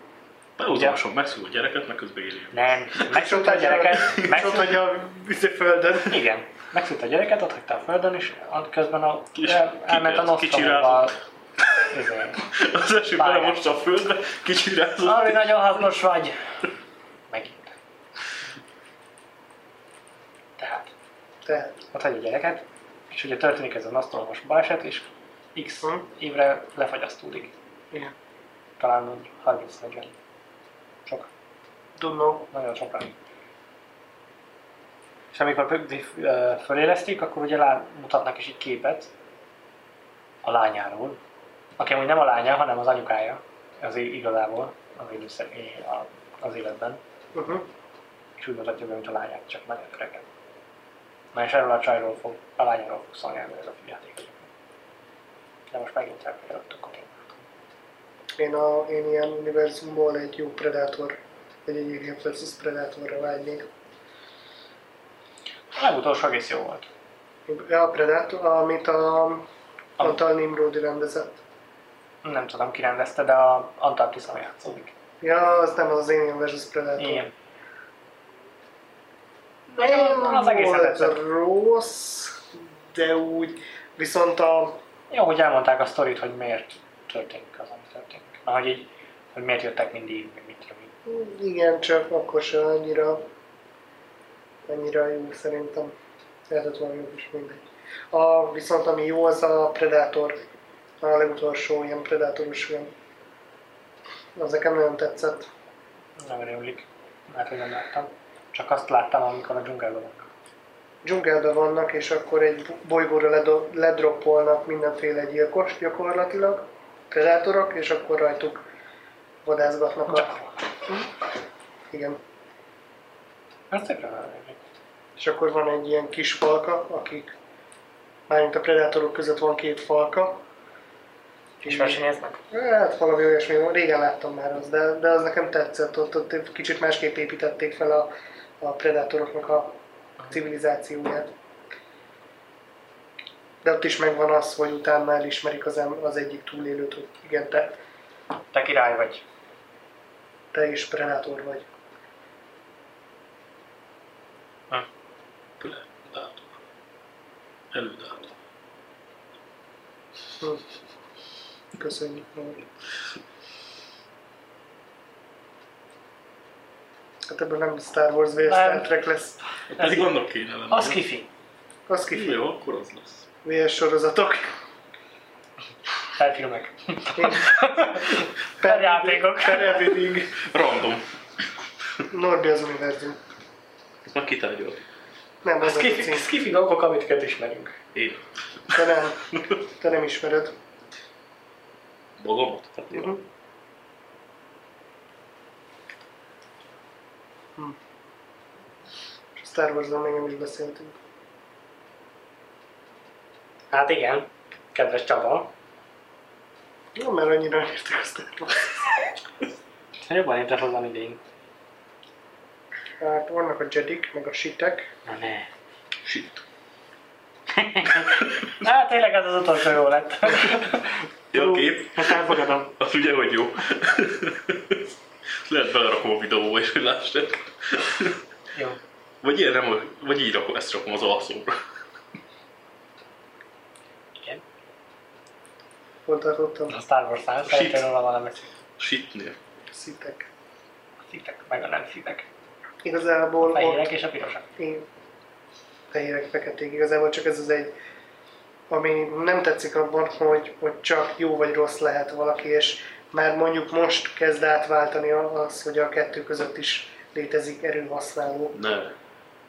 Speaker 4: Párhuzamosan megszúr a gyereket, meg közben éli.
Speaker 3: Nem, megszült a gyereket,
Speaker 2: Megszült,
Speaker 3: megszült,
Speaker 2: hogy a vizeföldön.
Speaker 3: igen, megszült a gyereket, ott hagyta a földön, és ad- közben a,
Speaker 4: Kis-
Speaker 3: el- elment a
Speaker 4: kicsi-
Speaker 3: Nostromoval. Izé.
Speaker 4: Az eső
Speaker 3: Pályán.
Speaker 4: bele most a földbe, kicsirázott.
Speaker 3: Ami nagyon hasznos vagy. Megint. Tehát,
Speaker 2: Tehát,
Speaker 3: ott hagyja a gyereket, és ugye történik ez a asztalomos baleset, és x
Speaker 2: Hm.
Speaker 3: évre lefagyasztódik.
Speaker 2: igen.
Speaker 3: Talán úgy 30-40. Sok,
Speaker 2: Don't know.
Speaker 3: nagyon sokra. És amikor pö- di- ö, fölélesztik, akkor ugye lá- mutatnak is egy képet a lányáról, aki amúgy nem a lánya, hanem az anyukája, az i- igazából az, élő személy a- az életben.
Speaker 2: Uh-huh.
Speaker 3: és úgy mutatja be, mint a lányát, csak nagyon öregen. Na és erről a csajról fog, a lányról fog szólni elő ez a játék. De most megint elfelejtettük a témát.
Speaker 2: Én, a, én ilyen univerzumból egy jó Predator, vagy egy Alien versus Predatorra vágynék.
Speaker 3: A legutolsó egész jó volt.
Speaker 2: Ja, A Predator, amit a Antal Nimrodi rendezett.
Speaker 3: Nem tudom, ki rendezte, de a Antarktiszon játszódik.
Speaker 2: Ja, az nem az az Alien versus Predator.
Speaker 3: Igen.
Speaker 2: Nem
Speaker 3: Az egészen
Speaker 2: volt
Speaker 3: tetszett.
Speaker 2: rossz, de úgy, viszont a,
Speaker 3: Jó, hogy elmondták a sztorit, hogy miért történik az, ami történik. Na, hogy így, hogy miért jöttek mindig, meg mit tudom én.
Speaker 2: igen, csak akkor sem annyira, annyira jó szerintem. Lehetett valami jobb is mindegy. A, viszont ami jó, az a Predator, a legutolsó ilyen Predatorus film. Az nekem nagyon tetszett.
Speaker 3: Nem rémlik, mert hogy nem láttam. Csak azt láttam, amikor a dzsungelben vannak.
Speaker 2: dzsungelben vannak, és akkor egy bolygóra ledo- ledroppolnak mindenféle gyilkos gyakorlatilag, predátorok, és akkor rajtuk vadászgatnak a...
Speaker 3: Csak.
Speaker 2: Igen.
Speaker 3: Ez tökre nem rémlik.
Speaker 2: És akkor van egy ilyen kis falka, akik... Mármint a predátorok között van két falka.
Speaker 3: És versenyeznek?
Speaker 2: Hát valami olyasmi, van. régen láttam már az, de, de az nekem tetszett, ott, ott kicsit másképp építették fel a, a predátoroknak a civilizációját. De ott is megvan az, hogy utána elismerik az, em- az egyik túlélőt, hogy igen, te,
Speaker 3: Te király vagy.
Speaker 2: te is predátor vagy.
Speaker 4: Elődátor. Elődátor.
Speaker 2: Hm. Köszönjük. Nóri. Hát ebből nem Star Wars vagy
Speaker 3: Nem.
Speaker 2: Star Trek lesz.
Speaker 4: Pedig annak kéne lenni.
Speaker 3: Az kifi.
Speaker 2: Az kifér.
Speaker 4: Jó, akkor az lesz.
Speaker 2: VS sorozatok.
Speaker 3: Felfilmek.
Speaker 2: Per,
Speaker 3: Játékok.
Speaker 2: per everything.
Speaker 4: Random.
Speaker 2: Norbi az univerzum.
Speaker 4: Ezt már kitárgyaltuk.
Speaker 2: Nem, az a
Speaker 3: Skifi,
Speaker 2: cím.
Speaker 3: skifi dolgok, amiket ismerünk.
Speaker 4: Én.
Speaker 2: Te nem, te nem ismered.
Speaker 4: Magamat? Tehát én.
Speaker 2: Mhm. Hm. És a Star Wars-ról még nem is beszéltünk.
Speaker 3: Hát igen, kedves Csaba.
Speaker 2: Nem, mert annyira nem értek a Star Wars.
Speaker 3: Jobban értesz hozzá, mint én.
Speaker 2: Hát vannak a Jedik, meg a Sitek.
Speaker 3: Na ne.
Speaker 4: Shit.
Speaker 3: Hát tényleg ez az utolsó jó lett.
Speaker 4: Ja, a kép?
Speaker 3: Hát elfogadom.
Speaker 4: Az ugye, hogy jó. Ezt Lehet belerakom a videóba is, hogy lássák.
Speaker 3: Jó.
Speaker 4: Vagy ilyen nem, vagy így rakom, ezt rakom az alszóra.
Speaker 3: Igen.
Speaker 2: Hol tartottam?
Speaker 3: A Star Wars nem
Speaker 4: Shit.
Speaker 3: feltétlenül van valami
Speaker 4: Shitnél.
Speaker 2: Szitek.
Speaker 3: szitek, meg a nem szitek.
Speaker 2: Igazából
Speaker 3: A fehérek és a pirosak.
Speaker 2: Igen. Fehérek, feketék, igazából csak ez az egy, ami nem tetszik abban, hogy, hogy csak jó vagy rossz lehet valaki, és már mondjuk most kezd átváltani az, hogy a kettő között is létezik erőhasználó,
Speaker 4: Ne,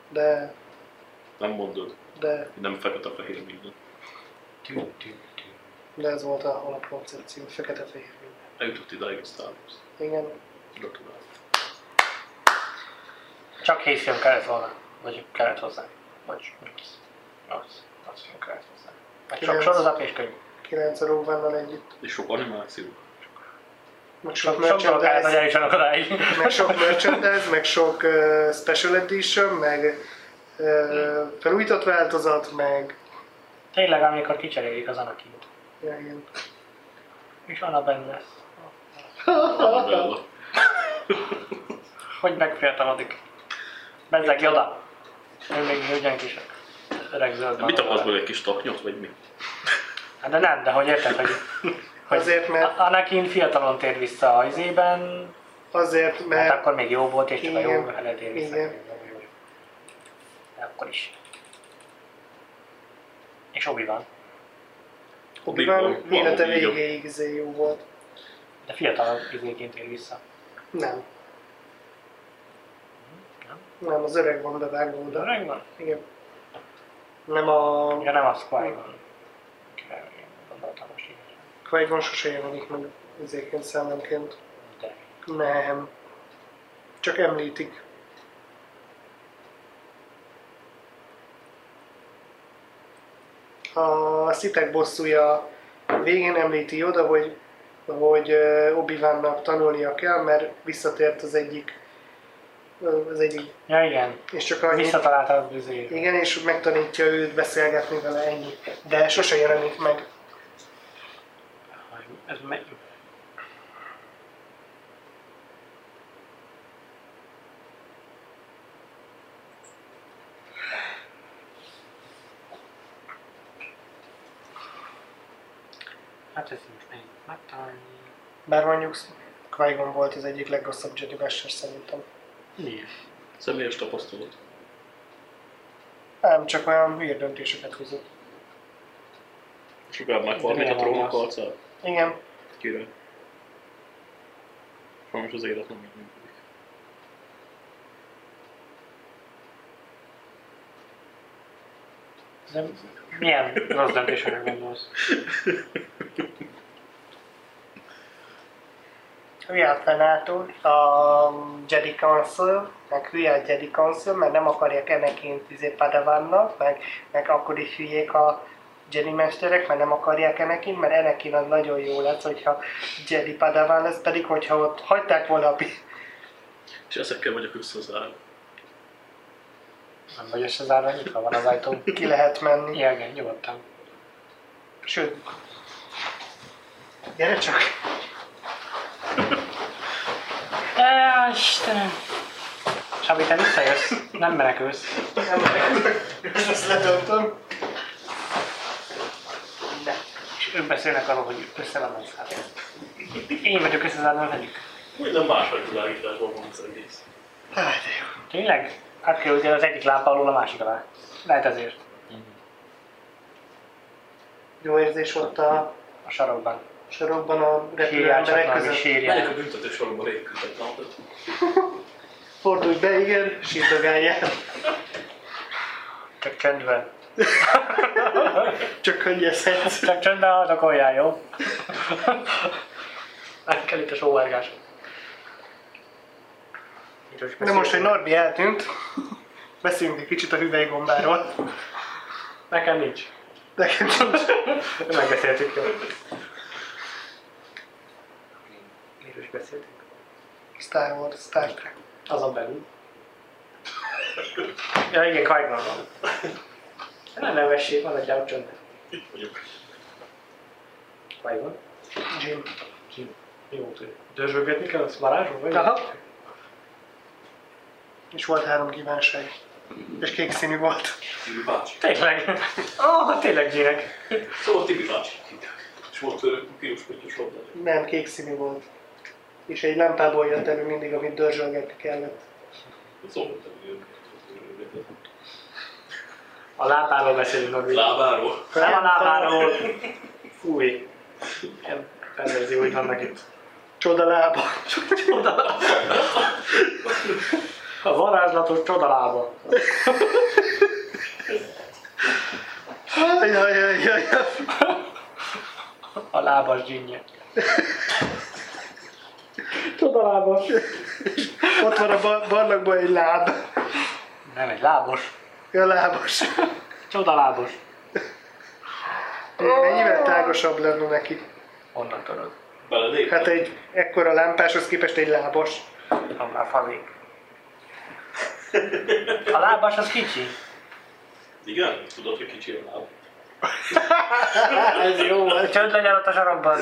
Speaker 2: de,
Speaker 4: nem mondod.
Speaker 2: de,
Speaker 4: Nem fekete-fehér minden.
Speaker 3: Tű, tű, tű.
Speaker 2: de ez volt a alapkoncepció, fekete-fehér minden.
Speaker 4: Eljutott idáig a Star Wars.
Speaker 2: Igen,
Speaker 4: Gratulálok.
Speaker 3: Csak hétfőn kellett volna, vagy kellett hozzá. Vagy nyolc. Nyolc. Nyolc film kellett hozzá. Meg sok
Speaker 2: Kilenc.
Speaker 3: sorozat és könyv.
Speaker 2: 9 a Róvánnal együtt.
Speaker 4: És sok animáció.
Speaker 2: Meg
Speaker 3: Sok,
Speaker 2: sok
Speaker 3: sok dolog kellett, hogy
Speaker 2: merchandise,
Speaker 3: eljussanak odáig.
Speaker 2: meg sok merchandise, meg sok uh, special edition, meg uh, felújított változat, meg
Speaker 3: Tényleg, amikor kicserélik az anakint.
Speaker 2: ja, igen.
Speaker 3: És Anna benne lesz.
Speaker 4: Annabella.
Speaker 3: Hogy megfiatalodik. Bezzeg Yoda. Ő még ugyan kis öreg zöld.
Speaker 4: Hát, Mit akarsz
Speaker 3: baromság.
Speaker 4: belőle egy kis taknyot, vagy mi?
Speaker 3: Hát de nem, de hogy érted, hogy... hogy
Speaker 2: Azért, mert-
Speaker 3: Anakin fiatalon tér vissza a izében,
Speaker 2: Azért,
Speaker 3: mert
Speaker 2: mert
Speaker 3: akkor még jó volt, és csak a jó
Speaker 2: Igen.
Speaker 3: vele tér vissza.
Speaker 2: Igen.
Speaker 3: De akkor is. És obi van.
Speaker 2: Obi-Wan
Speaker 4: Obi-Wan.
Speaker 2: élete
Speaker 4: Obi-Wan.
Speaker 2: végéig izé jó volt.
Speaker 3: De fiatalon izéként tér vissza.
Speaker 2: Nem.
Speaker 3: Nem?
Speaker 2: Nem, az öreg van bevágva
Speaker 3: De
Speaker 2: oda.
Speaker 3: öreg van?
Speaker 2: Igen. Nem a
Speaker 3: Ja nem, az Qui van. Gondoltam most így.
Speaker 2: Qui-Gon sose jelenik meg izéként, szellemként.
Speaker 3: De
Speaker 2: Nem. Csak említik. A szitek bosszúja végén említi oda, hogy, hogy ö, Obi-Wannak tanulnia kell, mert visszatért az egyik ö, az egyik,
Speaker 3: Ja igen,
Speaker 2: és csak annyit,
Speaker 3: visszatalálta az bizé.
Speaker 2: Igen, és megtanítja őt beszélgetni vele ennyi. De sose jelenik meg.
Speaker 3: Ez me- Hát ezt most még megtalálni.
Speaker 2: Bár mondjuk qui volt az egyik legrosszabb Jedi Master szerintem.
Speaker 3: Miért?
Speaker 4: Személyes tapasztalat.
Speaker 2: Nem, csak olyan hülye döntéseket hozott.
Speaker 4: Sugár már valamit a
Speaker 3: milyen
Speaker 4: trónok
Speaker 3: válasz?
Speaker 4: arcát.
Speaker 2: Igen,
Speaker 4: Kérem. Sajnos az élet nem így működik.
Speaker 3: De milyen rossz döntésekre gondolsz?
Speaker 2: hülye a szenátor, a Jedi Council, meg hülye a Jedi Council, mert nem akarják Anakin-t izé Padawannak, meg, meg akkor is hülyék a Jedi mesterek, mert nem akarják Anakin, mert Anakin az nagyon jó lesz, hogyha Jedi Padawan lesz, pedig hogyha ott hagyták volna a pi-
Speaker 4: És ezekkel vagyok összezárva.
Speaker 3: Nem vagy összezárva, nyitva van az ajtó.
Speaker 2: ki lehet menni.
Speaker 3: Ja, igen, nyugodtan.
Speaker 2: Sőt, gyere csak!
Speaker 3: Á, Istenem! Sabi, te visszajössz, nem menekülsz.
Speaker 2: Ezt letöltöm.
Speaker 3: De. És ők beszélnek arról, hogy össze van zárva. Én vagyok összezárva velük.
Speaker 4: Minden másfajta világításban van az egész.
Speaker 2: Hát, de jó.
Speaker 3: Tényleg? Átkerültél az egyik lába alól a másik alá. Lehet ezért.
Speaker 2: Jó érzés ott a
Speaker 3: A sarokban.
Speaker 2: sorokban a repülő
Speaker 3: Sírjál csak
Speaker 2: emberek
Speaker 3: valami,
Speaker 2: között.
Speaker 4: Megyek a
Speaker 3: sírjál.
Speaker 4: büntető soromba rékültek napot.
Speaker 2: Fordulj be, igen, sírdogáljál.
Speaker 3: Csak csöndben.
Speaker 2: Csak könnyezhetsz.
Speaker 3: Csak csöndben haldokoljál, jó? Nem kell itt a sóvárgás.
Speaker 2: De most, hogy Norbi eltűnt, beszéljünk egy kicsit a hüvelygombáról.
Speaker 3: Nekem nincs.
Speaker 2: Nekem nincs.
Speaker 3: Megbeszéltük, jó? Miről is beszéltünk?
Speaker 2: Star Wars, Star Trek.
Speaker 3: Azon belül. ja, igen, Kajkban van. Nem nevesség, van egy gyárcsön.
Speaker 4: Itt vagyok.
Speaker 3: Kajkban.
Speaker 2: Jim.
Speaker 3: Mi volt ő? Dörzsölgetni kell, az varázsol vagy?
Speaker 2: Aha. És volt három kívánság. És kék színű volt.
Speaker 4: Tibi bácsi.
Speaker 3: Tényleg. Ó, oh, tényleg Ginek.
Speaker 4: Szóval Tibi bácsi.
Speaker 1: És volt ö, piros pöttyös labda.
Speaker 2: Nem, kék színű volt. És egy lámpából jött elő mindig, amit dörzsölgetni kellett.
Speaker 1: Szóval,
Speaker 3: A lábáról beszélünk, ami...
Speaker 1: lábáról.
Speaker 3: Nem a lábáról! Fúj! Ilyen perverzió, hogy vannak itt.
Speaker 2: Csodalába.
Speaker 3: A varázslatos csodalába.
Speaker 2: Ajajajajaj.
Speaker 3: A lábas dzsinnye.
Speaker 2: Csodalába. Ott van a ba- barlangban egy láb.
Speaker 3: Nem, egy lábos.
Speaker 2: A lábas.
Speaker 3: Csodalábos.
Speaker 2: Mennyivel tágasabb lenne neki?
Speaker 3: Honnan tudod?
Speaker 1: Beledék.
Speaker 2: Hát egy ekkora lámpáshoz képest egy lábas.
Speaker 3: Nem már favék. A lábas az kicsi.
Speaker 1: Igen? Tudod, hogy kicsi a láb.
Speaker 2: Ez jó volt.
Speaker 3: Csönd legyen ott a sarokban.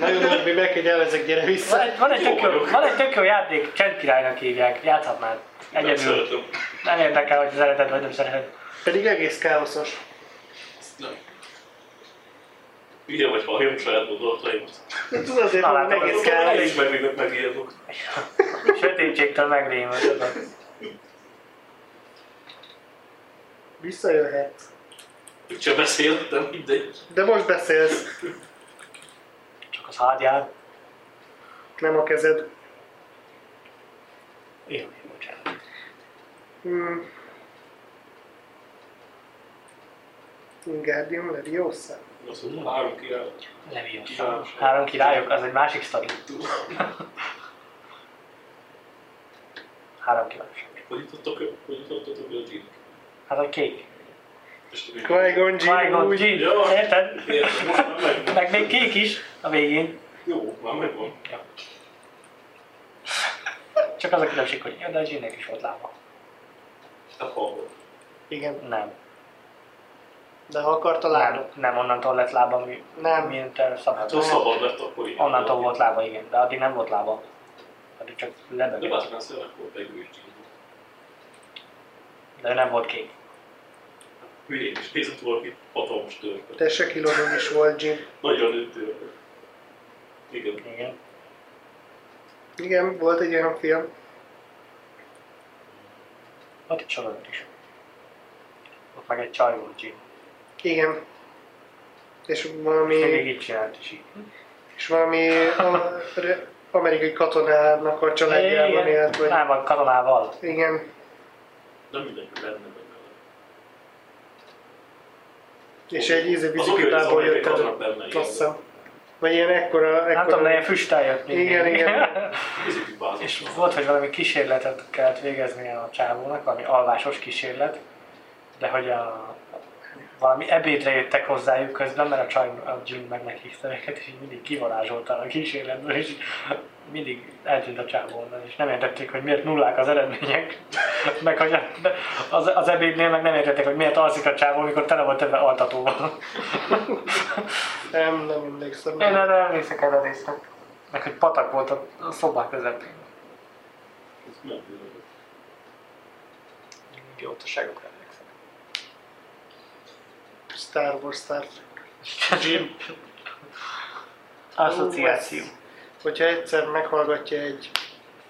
Speaker 2: Nagyon nagy, mi megkegyelmezek, gyere
Speaker 3: Van
Speaker 2: vissza.
Speaker 3: egy, van egy, tök, jó, van egy tök jó játék, Csend királynak hívják. Játszhatnád.
Speaker 1: Nem
Speaker 3: Egyedül.
Speaker 1: szeretem.
Speaker 3: Nem érdekel, hogy szereted vagy nem szereted.
Speaker 2: Pedig egész káoszos.
Speaker 1: Nem. Ugye vagy halljam saját gondolataimat.
Speaker 2: Tudod, azért
Speaker 3: Na,
Speaker 2: van
Speaker 3: látod,
Speaker 2: egész
Speaker 3: az-
Speaker 1: Én
Speaker 2: káosz.
Speaker 1: is meg, megijedok.
Speaker 3: Sötétségtől megrémült.
Speaker 2: Visszajöhet.
Speaker 1: Ők se beszélt, de mindegy.
Speaker 2: De most beszélsz,
Speaker 3: Csak az hátján.
Speaker 2: nem a kezed.
Speaker 3: Jó, jó, bocsánat.
Speaker 2: Hmm. Ingardium Leviosa.
Speaker 1: Azt mondom, három király.
Speaker 3: Leviosa. Három királyok, az egy másik sztori. Három királyok.
Speaker 1: Hogy jutottak ő? Hogy jutottak ő a gyík?
Speaker 3: Hát a kék.
Speaker 1: És tudod, hogy-
Speaker 2: Qui-Gon Jinn
Speaker 3: Vágod,
Speaker 2: úgy.
Speaker 3: Jin.
Speaker 1: Jó.
Speaker 3: Érted?
Speaker 1: Érted, most már megvan.
Speaker 3: Meg még kék is a végén.
Speaker 1: Jó, már megvan.
Speaker 3: Csak az a különbség, hogy ja, de a Jinnek is volt lába.
Speaker 1: Hát hallom.
Speaker 2: Igen,
Speaker 3: Nem.
Speaker 2: de ha akarta látod.
Speaker 3: Nem, nem onnantól lett lába, mi,
Speaker 2: Nem.
Speaker 3: mint eh, szabad.
Speaker 1: Hát ha szabad lett, akkor így.
Speaker 3: Onnantól volt lába, igen, de addig nem volt lába. Addig csak
Speaker 1: De
Speaker 3: lebegett.
Speaker 1: Batman szerep volt egy ő is gyík.
Speaker 3: De ő nem volt kék.
Speaker 1: Hülyén is nézett valaki hatalmas törpöt.
Speaker 2: Tesse kilónul is volt Jim.
Speaker 1: Nagyon nőtt törpöt. Igen.
Speaker 3: Igen.
Speaker 2: Igen, volt egy olyan film.
Speaker 3: Ott egy sorozat is. Ott meg egy csaj volt Jin.
Speaker 2: Igen. És
Speaker 3: Mindig
Speaker 2: valami,
Speaker 3: így csinált is így.
Speaker 2: és valami a, re- amerikai katonának a családjában élt, vagy...
Speaker 3: Nem, van katonával.
Speaker 2: Igen,
Speaker 1: Nem mindenki lenne benne.
Speaker 2: és egy ízű
Speaker 1: Az oké, hogy az
Speaker 2: biciklából jött
Speaker 1: amerikai
Speaker 2: elő.
Speaker 1: vannak benne ilyen.
Speaker 2: Azt hiszem. Vagy ilyen ekkora, ekkora...
Speaker 3: Nem tudom, de ilyen füsttel jött mindig.
Speaker 2: Igen, igen.
Speaker 1: Nézzük, bázis.
Speaker 3: És volt, hogy valami kísérletet kellett végezni a csávónak, valami alvásos kísérlet, de hogy a, valami ebédre jöttek hozzájuk közben, mert a csaj, a June meg meghívta őket, és így mindig kivarázsolta a kísérletből, és így mindig eltűnt a csávó onnan, és nem értették, hogy miért nullák az eredmények, meg hogy az, az ebédnél meg nem értették, hogy miért alszik a csávó, amikor tele volt ebben altatóval.
Speaker 2: Nem, nem emlékszem.
Speaker 3: Én erre emlékszek erre a részre. Meg hogy patak volt a a szobák közepén.
Speaker 1: Ez nem tudom.
Speaker 3: Idiótaságokra emlékszem.
Speaker 2: Star Wars, Star
Speaker 3: Jim. Asszociáció.
Speaker 2: Hogyha egyszer meghallgatja egy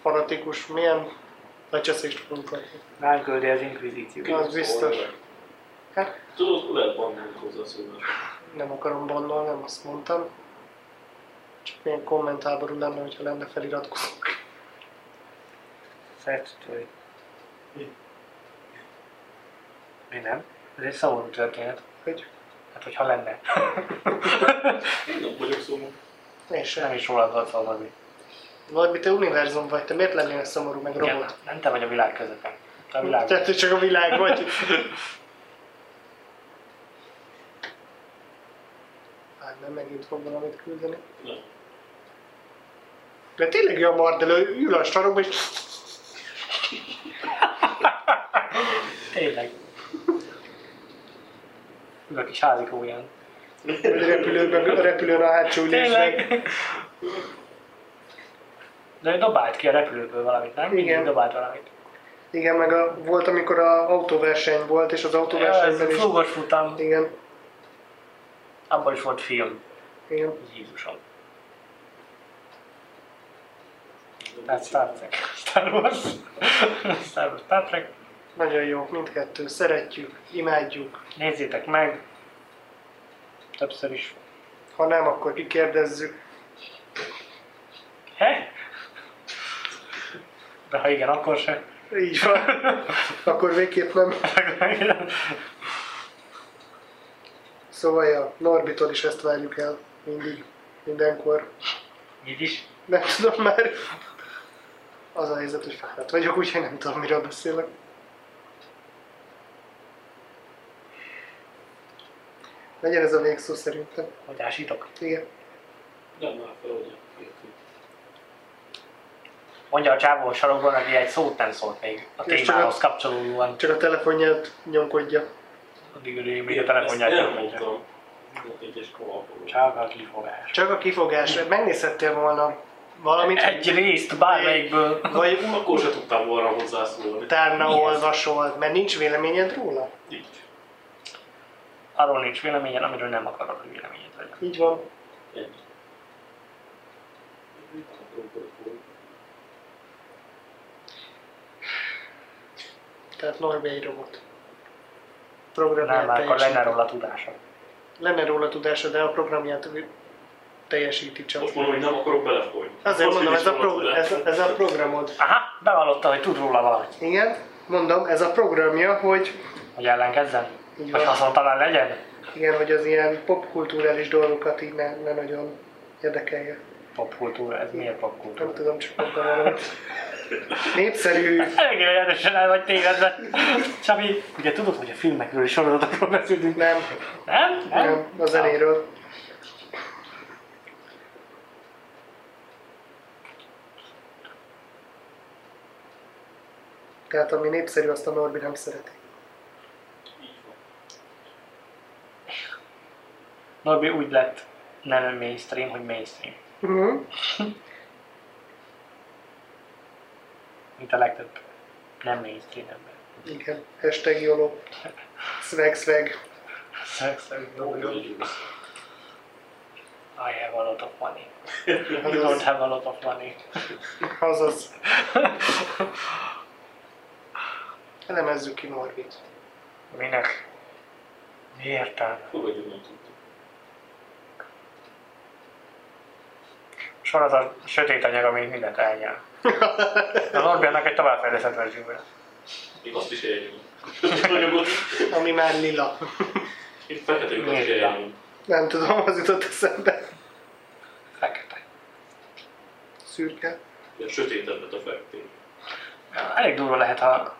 Speaker 2: fanatikus, milyen lecseszést fogunk kapni.
Speaker 3: Ránk küldi az inkvizíció.
Speaker 2: Az biztos. Hát
Speaker 1: Tudod, hogy lehet bannolni hozzászólás.
Speaker 2: nem akarom bannolni, nem azt mondtam. Csak milyen kommentháború lenne, hogyha lenne feliratkozók.
Speaker 3: Szertőtői. Mi nem? Ez egy szomorú történet.
Speaker 2: Hogy
Speaker 3: Hát, hogyha lenne.
Speaker 1: Én nem vagyok szomorú.
Speaker 2: én
Speaker 3: És nem
Speaker 2: sem.
Speaker 3: is róla tudod szolgálni.
Speaker 2: Norbi, te univerzum vagy, te miért lennél szomorú meg robot?
Speaker 3: hát Nem te vagy a világ közepén. Te a világ.
Speaker 2: Tehát, hogy csak a világ vagy. Hát nem megint fog valamit küldeni.
Speaker 1: Nem.
Speaker 2: De tényleg jó a mardelő, ül a sarokba és
Speaker 3: Tényleg. Ül a kis házikóján.
Speaker 2: repülőben, a repülőn a hátsó ülésben.
Speaker 3: Tényleg. De ő dobált ki a repülőből valamit, nem?
Speaker 2: Igen.
Speaker 3: Mindig Dobált valamit.
Speaker 2: Igen, meg a, volt, amikor a autóverseny volt, és az
Speaker 3: Ja, ez
Speaker 2: autóversenyben is...
Speaker 3: flúgos futam.
Speaker 2: Igen,
Speaker 3: abból is volt film,
Speaker 2: Igen.
Speaker 3: Jézusom. Tehát Star Trek, Star Wars, Star Wars, Star Trek.
Speaker 2: Nagyon jó, mindkettő. Szeretjük, imádjuk.
Speaker 3: Nézzétek meg, többször is.
Speaker 2: Ha nem, akkor kikérdezzük.
Speaker 3: He? De ha igen, akkor se.
Speaker 2: Így van. Akkor végképp nem. Szóval ja, Norbitól is ezt várjuk el. Mindig, mindenkor.
Speaker 3: Így is.
Speaker 2: Nem tudom már. Az a helyzet, hogy fáradt vagyok, úgyhogy nem tudom, miről beszélek. Legyen ez a végszó szerintem.
Speaker 3: Hogy ásítok?
Speaker 2: Igen.
Speaker 1: Nem már fel, hogy
Speaker 3: Mondja a csávó a sarokban, aki egy szót nem szólt még a
Speaker 2: És csak a-
Speaker 3: témához kapcsolódóan.
Speaker 2: Csak a telefonját nyomkodja.
Speaker 3: Addig örüljön, még a telefonját Hát,
Speaker 1: nem
Speaker 3: nyomkodja.
Speaker 1: mondtam. Minden egyes kovalkó.
Speaker 3: Csává kifogás.
Speaker 2: Csak a kifogás. Megnézhettél volna valamit,
Speaker 3: Egy részt bármelyikből.
Speaker 2: vagy
Speaker 1: Akkor se tudtam volna hozzászólni.
Speaker 2: utána
Speaker 3: Mi ez?
Speaker 2: olvasol, mert nincs véleményed róla.
Speaker 1: Így.
Speaker 3: Arról nincs véleményed, amiről nem akarod, hogy véleményed legyen.
Speaker 2: Így van.
Speaker 1: Ennyi.
Speaker 2: Tehát Norbi egy robot. Programját
Speaker 3: Nem, már akkor
Speaker 2: teljesíti.
Speaker 3: lenne róla tudása.
Speaker 2: lenne róla tudása, de a programját teljesíti csak.
Speaker 1: Most mondom, hogy nem akarok belefolyni.
Speaker 2: Azért
Speaker 1: Most
Speaker 2: mondom,
Speaker 1: így
Speaker 2: ez
Speaker 1: is
Speaker 2: a,
Speaker 1: mondod
Speaker 2: pro-
Speaker 1: le.
Speaker 2: ez, a- ez a programod.
Speaker 3: Aha, bevallotta, hogy tud róla valamit.
Speaker 2: Igen, mondom, ez a programja, hogy
Speaker 3: Hogy ellenkezzen? Hogy
Speaker 2: Így van.
Speaker 3: haszontalan legyen?
Speaker 2: igen, hogy az ilyen popkulturális dolgokat így ne, ne nagyon érdekelje.
Speaker 3: Popkultúra, ez miért
Speaker 2: Nem
Speaker 3: popkultúra?
Speaker 2: tudom, csak mondtam valamit. Népszerű,
Speaker 3: Elég jelentősen el vagy tévedve. Csabi, ugye tudod, hogy a filmekről és sorozatokról beszélünk?
Speaker 2: nem,
Speaker 3: Nem?
Speaker 2: nem, a zenéről. Tehát ami népszerű, azt a Norbi nem szereti.
Speaker 3: Norbi úgy lett nem mainstream, hogy mainstream.
Speaker 2: Uh-huh.
Speaker 3: Mint a legtöbb nem mainstream ember.
Speaker 2: Igen, hashtag YOLO. Swag, swag.
Speaker 3: Szex, I have a lot of money. You don't
Speaker 2: Azaz,
Speaker 3: have a lot of money.
Speaker 2: azaz. Elemezzük ki Norbit.
Speaker 3: Minek? Mi értelme?
Speaker 1: Fogadjuk, nem tudtuk.
Speaker 3: Sor az a sötét anyag, ami mindent elnyel. A Norbertnek egy továbbfejlesztett verziója.
Speaker 1: Még azt is eljövünk. Anyagot.
Speaker 2: Ami már lila.
Speaker 1: Én fekete lyukat is
Speaker 3: Miért?
Speaker 1: eljövünk.
Speaker 2: Nem tudom, az jutott eszembe.
Speaker 3: Fekete.
Speaker 2: Szürke.
Speaker 1: Ilyen sötétebbet a fekték.
Speaker 3: Elég durva lehet, ha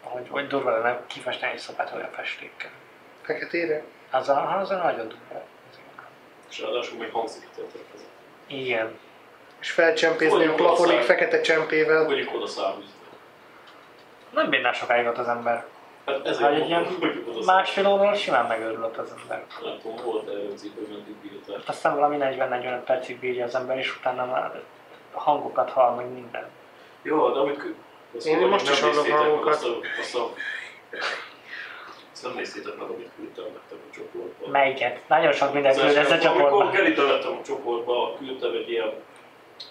Speaker 3: hogy, hogy durva lenne kifesteni egy szobát olyan festékkel.
Speaker 2: Feketére?
Speaker 3: Az a, az a nagyon durva.
Speaker 1: És ráadásul még hangzik ez.
Speaker 3: Igen.
Speaker 2: És felcsempézni a plafonig fekete csempével.
Speaker 1: Mondjuk oda számít.
Speaker 3: Nem bírná sokáig ott az ember.
Speaker 1: Hát
Speaker 3: Ha
Speaker 1: ezért
Speaker 3: egy ilyen
Speaker 1: mondtam, hogy oda számít.
Speaker 3: Másfél óra alatt simán megőrülött az ember.
Speaker 1: Nem tudom, volt előzik, hogy meddig bírtál.
Speaker 3: Aztán valami 40-45 percig bírja az ember, és utána már hangokat hall, meg minden.
Speaker 1: Jó, de amit kö... azt
Speaker 2: Én
Speaker 1: mondom,
Speaker 2: most
Speaker 1: nem
Speaker 2: is hallok
Speaker 1: néztétek meg
Speaker 2: hangokat.
Speaker 1: Azt a, azt a... Azt nem néztétek meg, amit küldtem nektek a csoportba. Szóval
Speaker 3: Melyiket? Nagyon sok mindent küldesz a
Speaker 1: Amikor
Speaker 3: csoportban.
Speaker 1: kerítettem a csoportba, küldtem egy ilyen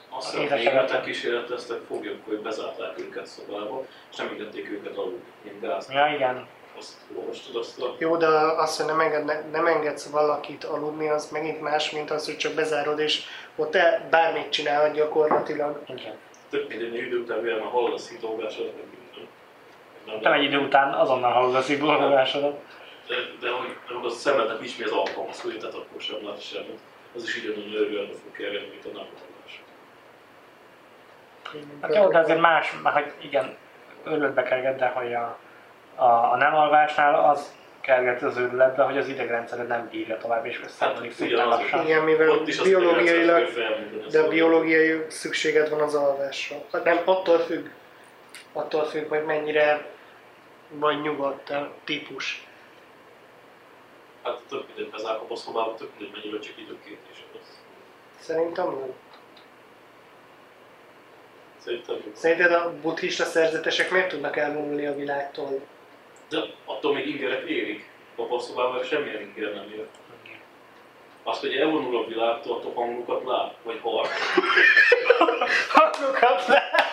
Speaker 1: azt hiszem,
Speaker 3: Édeseket.
Speaker 1: németek kísérleteztek foglyok, hogy bezárták őket szobába, és nem engedték őket aludni, mint gáz.
Speaker 3: Ja, igen.
Speaker 1: Azt olvastad azt a...
Speaker 2: Jó, de azt, hogy nem, enged, nem engedsz valakit aludni, az megint más, mint az, hogy csak bezárod, és ott te bármit csinálhat gyakorlatilag.
Speaker 3: Igen.
Speaker 1: Több mint egy idő után olyan a hallasz hitolgás, az meg minden. Nem,
Speaker 3: Nem egy idő után azonnal hallod a szívbólogásodat.
Speaker 1: De, de hogy amikor a szemednek nincs mi az alkalmazkodik, tehát akkor sem lát semmit. Az is ugyanúgy örülni fog kerülni, mint a nem hallás.
Speaker 3: Hát jó, de azért más, mert hogy igen, örületbe kerget, de hogy a, a, a nem alvásnál az kerget az őrületbe, hogy az idegrendszered nem bírja tovább, és összeomlik
Speaker 1: Hát,
Speaker 3: szépen
Speaker 1: ugyanaz.
Speaker 3: lassan.
Speaker 2: Igen, mivel
Speaker 1: Ott is azt
Speaker 2: biológiailag
Speaker 1: kell felmondani,
Speaker 2: De
Speaker 1: azt
Speaker 2: biológiai szükséged van az alvásra. Hát nem, attól függ, attól függ, hogy mennyire vagy nyugodt a típus.
Speaker 1: Hát több mindent bezárkod a szobába, több mindent mennyire csak időkérdés az.
Speaker 2: Szerintem nem.
Speaker 1: Szerintem jó.
Speaker 2: Szerinted a buddhista szerzetesek miért tudnak elvonulni a világtól?
Speaker 1: De attól még ingerek érik. Abban a szobában semmilyen inger nem ér.
Speaker 5: Azt, hogy elvonul a világtól, a hangokat lát, vagy hal.
Speaker 3: Hangokat lehet!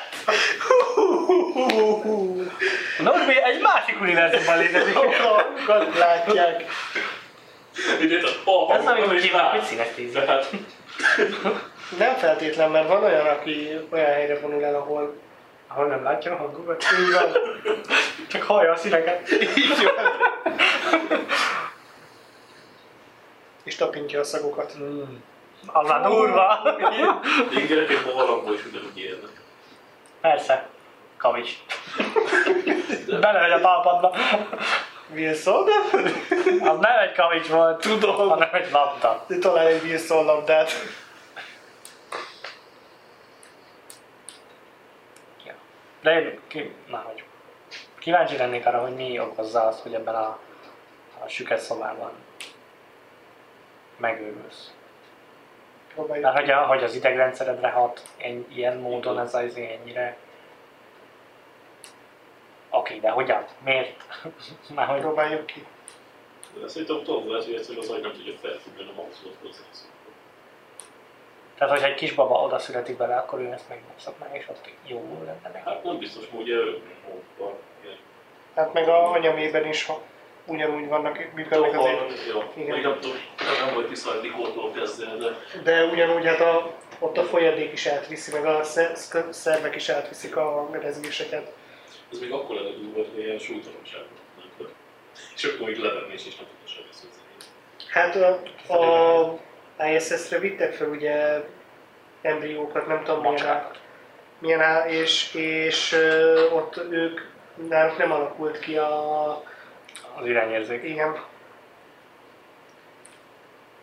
Speaker 3: A Norbi egy másik univerzumban létezik.
Speaker 2: Hangokat látják.
Speaker 5: Ugye, tehát hal
Speaker 3: Ez nem
Speaker 5: hangokat
Speaker 3: így
Speaker 5: is
Speaker 3: kívánok, mit
Speaker 5: lát.
Speaker 3: színes tíz.
Speaker 5: De hát,
Speaker 2: Nem feltétlen, mert van olyan, aki olyan helyre vonul el, ahol
Speaker 3: Ahol nem látja a hangokat.
Speaker 2: így van.
Speaker 3: Csak hallja a színeket.
Speaker 2: Így van. És tapintja a szagokat.
Speaker 3: Mm. Az már durva.
Speaker 5: ingerek egy barlangból is ugyanúgy élnek.
Speaker 3: Persze. Kavics. Belemegy a talpadba.
Speaker 2: Wilson?
Speaker 3: Az nem egy kavics volt,
Speaker 2: Tudom.
Speaker 3: hanem egy labda.
Speaker 2: De talál egy Wilson labdát.
Speaker 3: De én ki, már vagyok. Kíváncsi lennék arra, hogy mi okozza azt, hogy ebben a, a süket szobában megőrülsz.
Speaker 2: Próbáljuk.
Speaker 3: Mert hogy, a, hogy az idegrendszeredre hat en, ilyen módon ez az ennyire... Oké, de hogyan? Miért? Már hogy
Speaker 2: Próbáljuk ki.
Speaker 5: De szerintem tovább lehet, hogy egyszerűen az agy nem tudja felfüggeni a hangszót hozzá.
Speaker 3: Tehát, hogyha egy kisbaba oda születik bele, akkor ő ezt megszokná, és ott jó lenne neki.
Speaker 5: Hát nem biztos, hogy ugye ő magukban.
Speaker 2: Hát meg a anyamében is ha ugyanúgy vannak, működnek az ég- Igen.
Speaker 5: Még nem tudom, nem volt tisztán, Nikótól kezdve, de
Speaker 2: De ugyanúgy hát a, ott a folyadék is átviszi, meg a sze- szk- szervek is átviszik a rezgéseket.
Speaker 5: ez még akkor lenne durva, hogy ilyen súlytalanságban. És akkor még levenés is nem tudja semmi hozzá.
Speaker 2: Hát a, a ISS-re vittek fel ugye embriókat, nem tudom milyen, áll,
Speaker 3: Macskákat.
Speaker 2: milyen áll, és, és ö, ott ők, náluk nem alakult ki a,
Speaker 3: Az irányérzék.
Speaker 2: igen.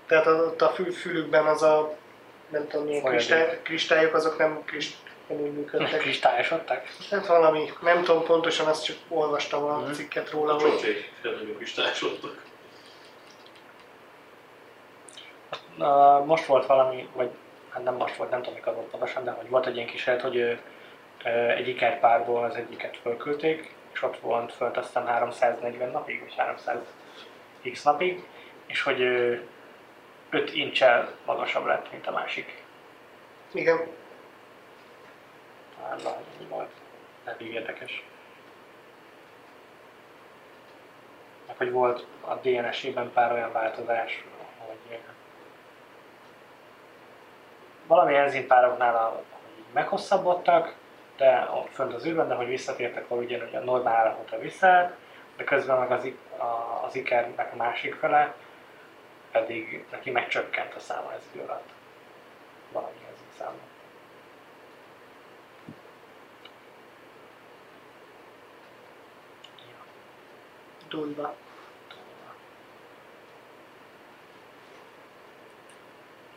Speaker 2: Tehát a- ott a fül, fülükben az a, nem tudom milyen
Speaker 3: Folyadék.
Speaker 2: kristály, kristályok, azok nem, krist, nem úgy működtek.
Speaker 3: Kristályosodtak?
Speaker 2: Hát valami, nem tudom pontosan, azt csak olvastam a
Speaker 3: Mhm.
Speaker 2: cikket róla,
Speaker 5: A
Speaker 2: hogy
Speaker 5: csocsék, nem vagyok is társadtak.
Speaker 3: Na, most volt valami, vagy hát nem most volt, nem tudom mikor volt pontosan, de hogy volt egy ilyen kísérlet, hogy ő, ö, egy ikerpárból az egyiket fölküldték, és ott volt fönt aztán 340 napig, vagy 300 x napig, és hogy ő 5 incsel magasabb lett, mint a másik.
Speaker 2: igen,
Speaker 3: Hát, valahogy így volt. Elég érdekes. Meg hogy volt a DNS-ében pár olyan változás, hogy eh, valami enzimpároknál a- hogy így meghosszabbodtak, de ott fönt az űrben, de hogy visszatértek valami ugyanúgy a normál állapotra vissza, de közben meg az, ik- a, az ikernek a másik fele pedig neki megcsökkent a száma ez idő alatt. Valami ez a száma. Ja.
Speaker 2: durva.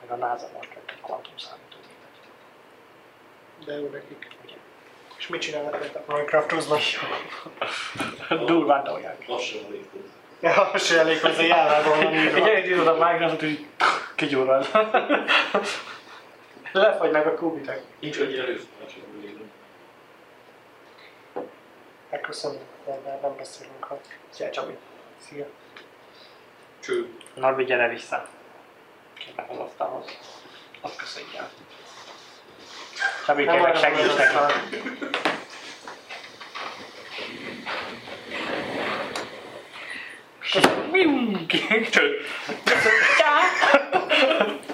Speaker 3: Meg a NASA most lett egy kvantum számítógépet.
Speaker 2: De jó nekik. És mit csinálnak ezek a Minecraftoznak?
Speaker 3: Hát Durván tolják.
Speaker 5: Lassan a lépő.
Speaker 2: Ja, se elég hozzá járában van
Speaker 3: Így
Speaker 2: írva.
Speaker 3: elindítod izé a Minecraftot, hogy kigyúrod. Lefagynak a kubitek.
Speaker 5: Nincs annyi erőforrásom, hogy én
Speaker 2: Hát köszönöm, de már nem beszélünk ha.
Speaker 3: Szia Csabi.
Speaker 2: Szia.
Speaker 5: cső.
Speaker 3: Norbi, gyere vissza. Kérlek az asztalhoz. Azt köszönjük el. Csabi,
Speaker 2: Nem
Speaker 3: kérlek
Speaker 2: arra van
Speaker 3: segíts
Speaker 2: az
Speaker 3: nekem.
Speaker 2: asztal.
Speaker 4: Cső.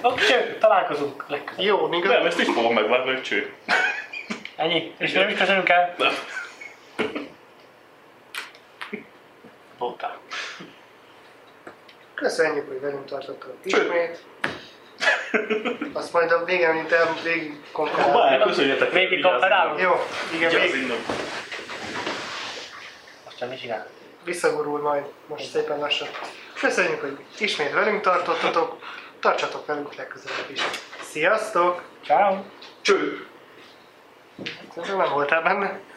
Speaker 3: Oké, találkozunk legközelebb.
Speaker 2: Jó,
Speaker 4: Nem,
Speaker 2: igaz?
Speaker 4: ezt is fogom megvárni, hogy cső.
Speaker 3: Ennyi. És nem is köszönünk el.
Speaker 4: Nem.
Speaker 3: Voltál.
Speaker 2: Köszönjük, hogy velünk tartottatok ismét. Azt majd a végén, mint el, végig komponálunk.
Speaker 4: Bár, köszönjetek.
Speaker 3: Végig
Speaker 4: Vigyázzunk.
Speaker 3: konferálunk.
Speaker 2: Jó, igen, végig
Speaker 4: Vigyázzunk.
Speaker 3: Most csak mit csinál?
Speaker 2: visszagurul majd, most szépen lassan. Köszönjük, hogy ismét velünk tartottatok, tartsatok velünk legközelebb is. Sziasztok!
Speaker 3: Ciao.
Speaker 4: Cső.
Speaker 2: Szerintem Szóval nem voltál benne.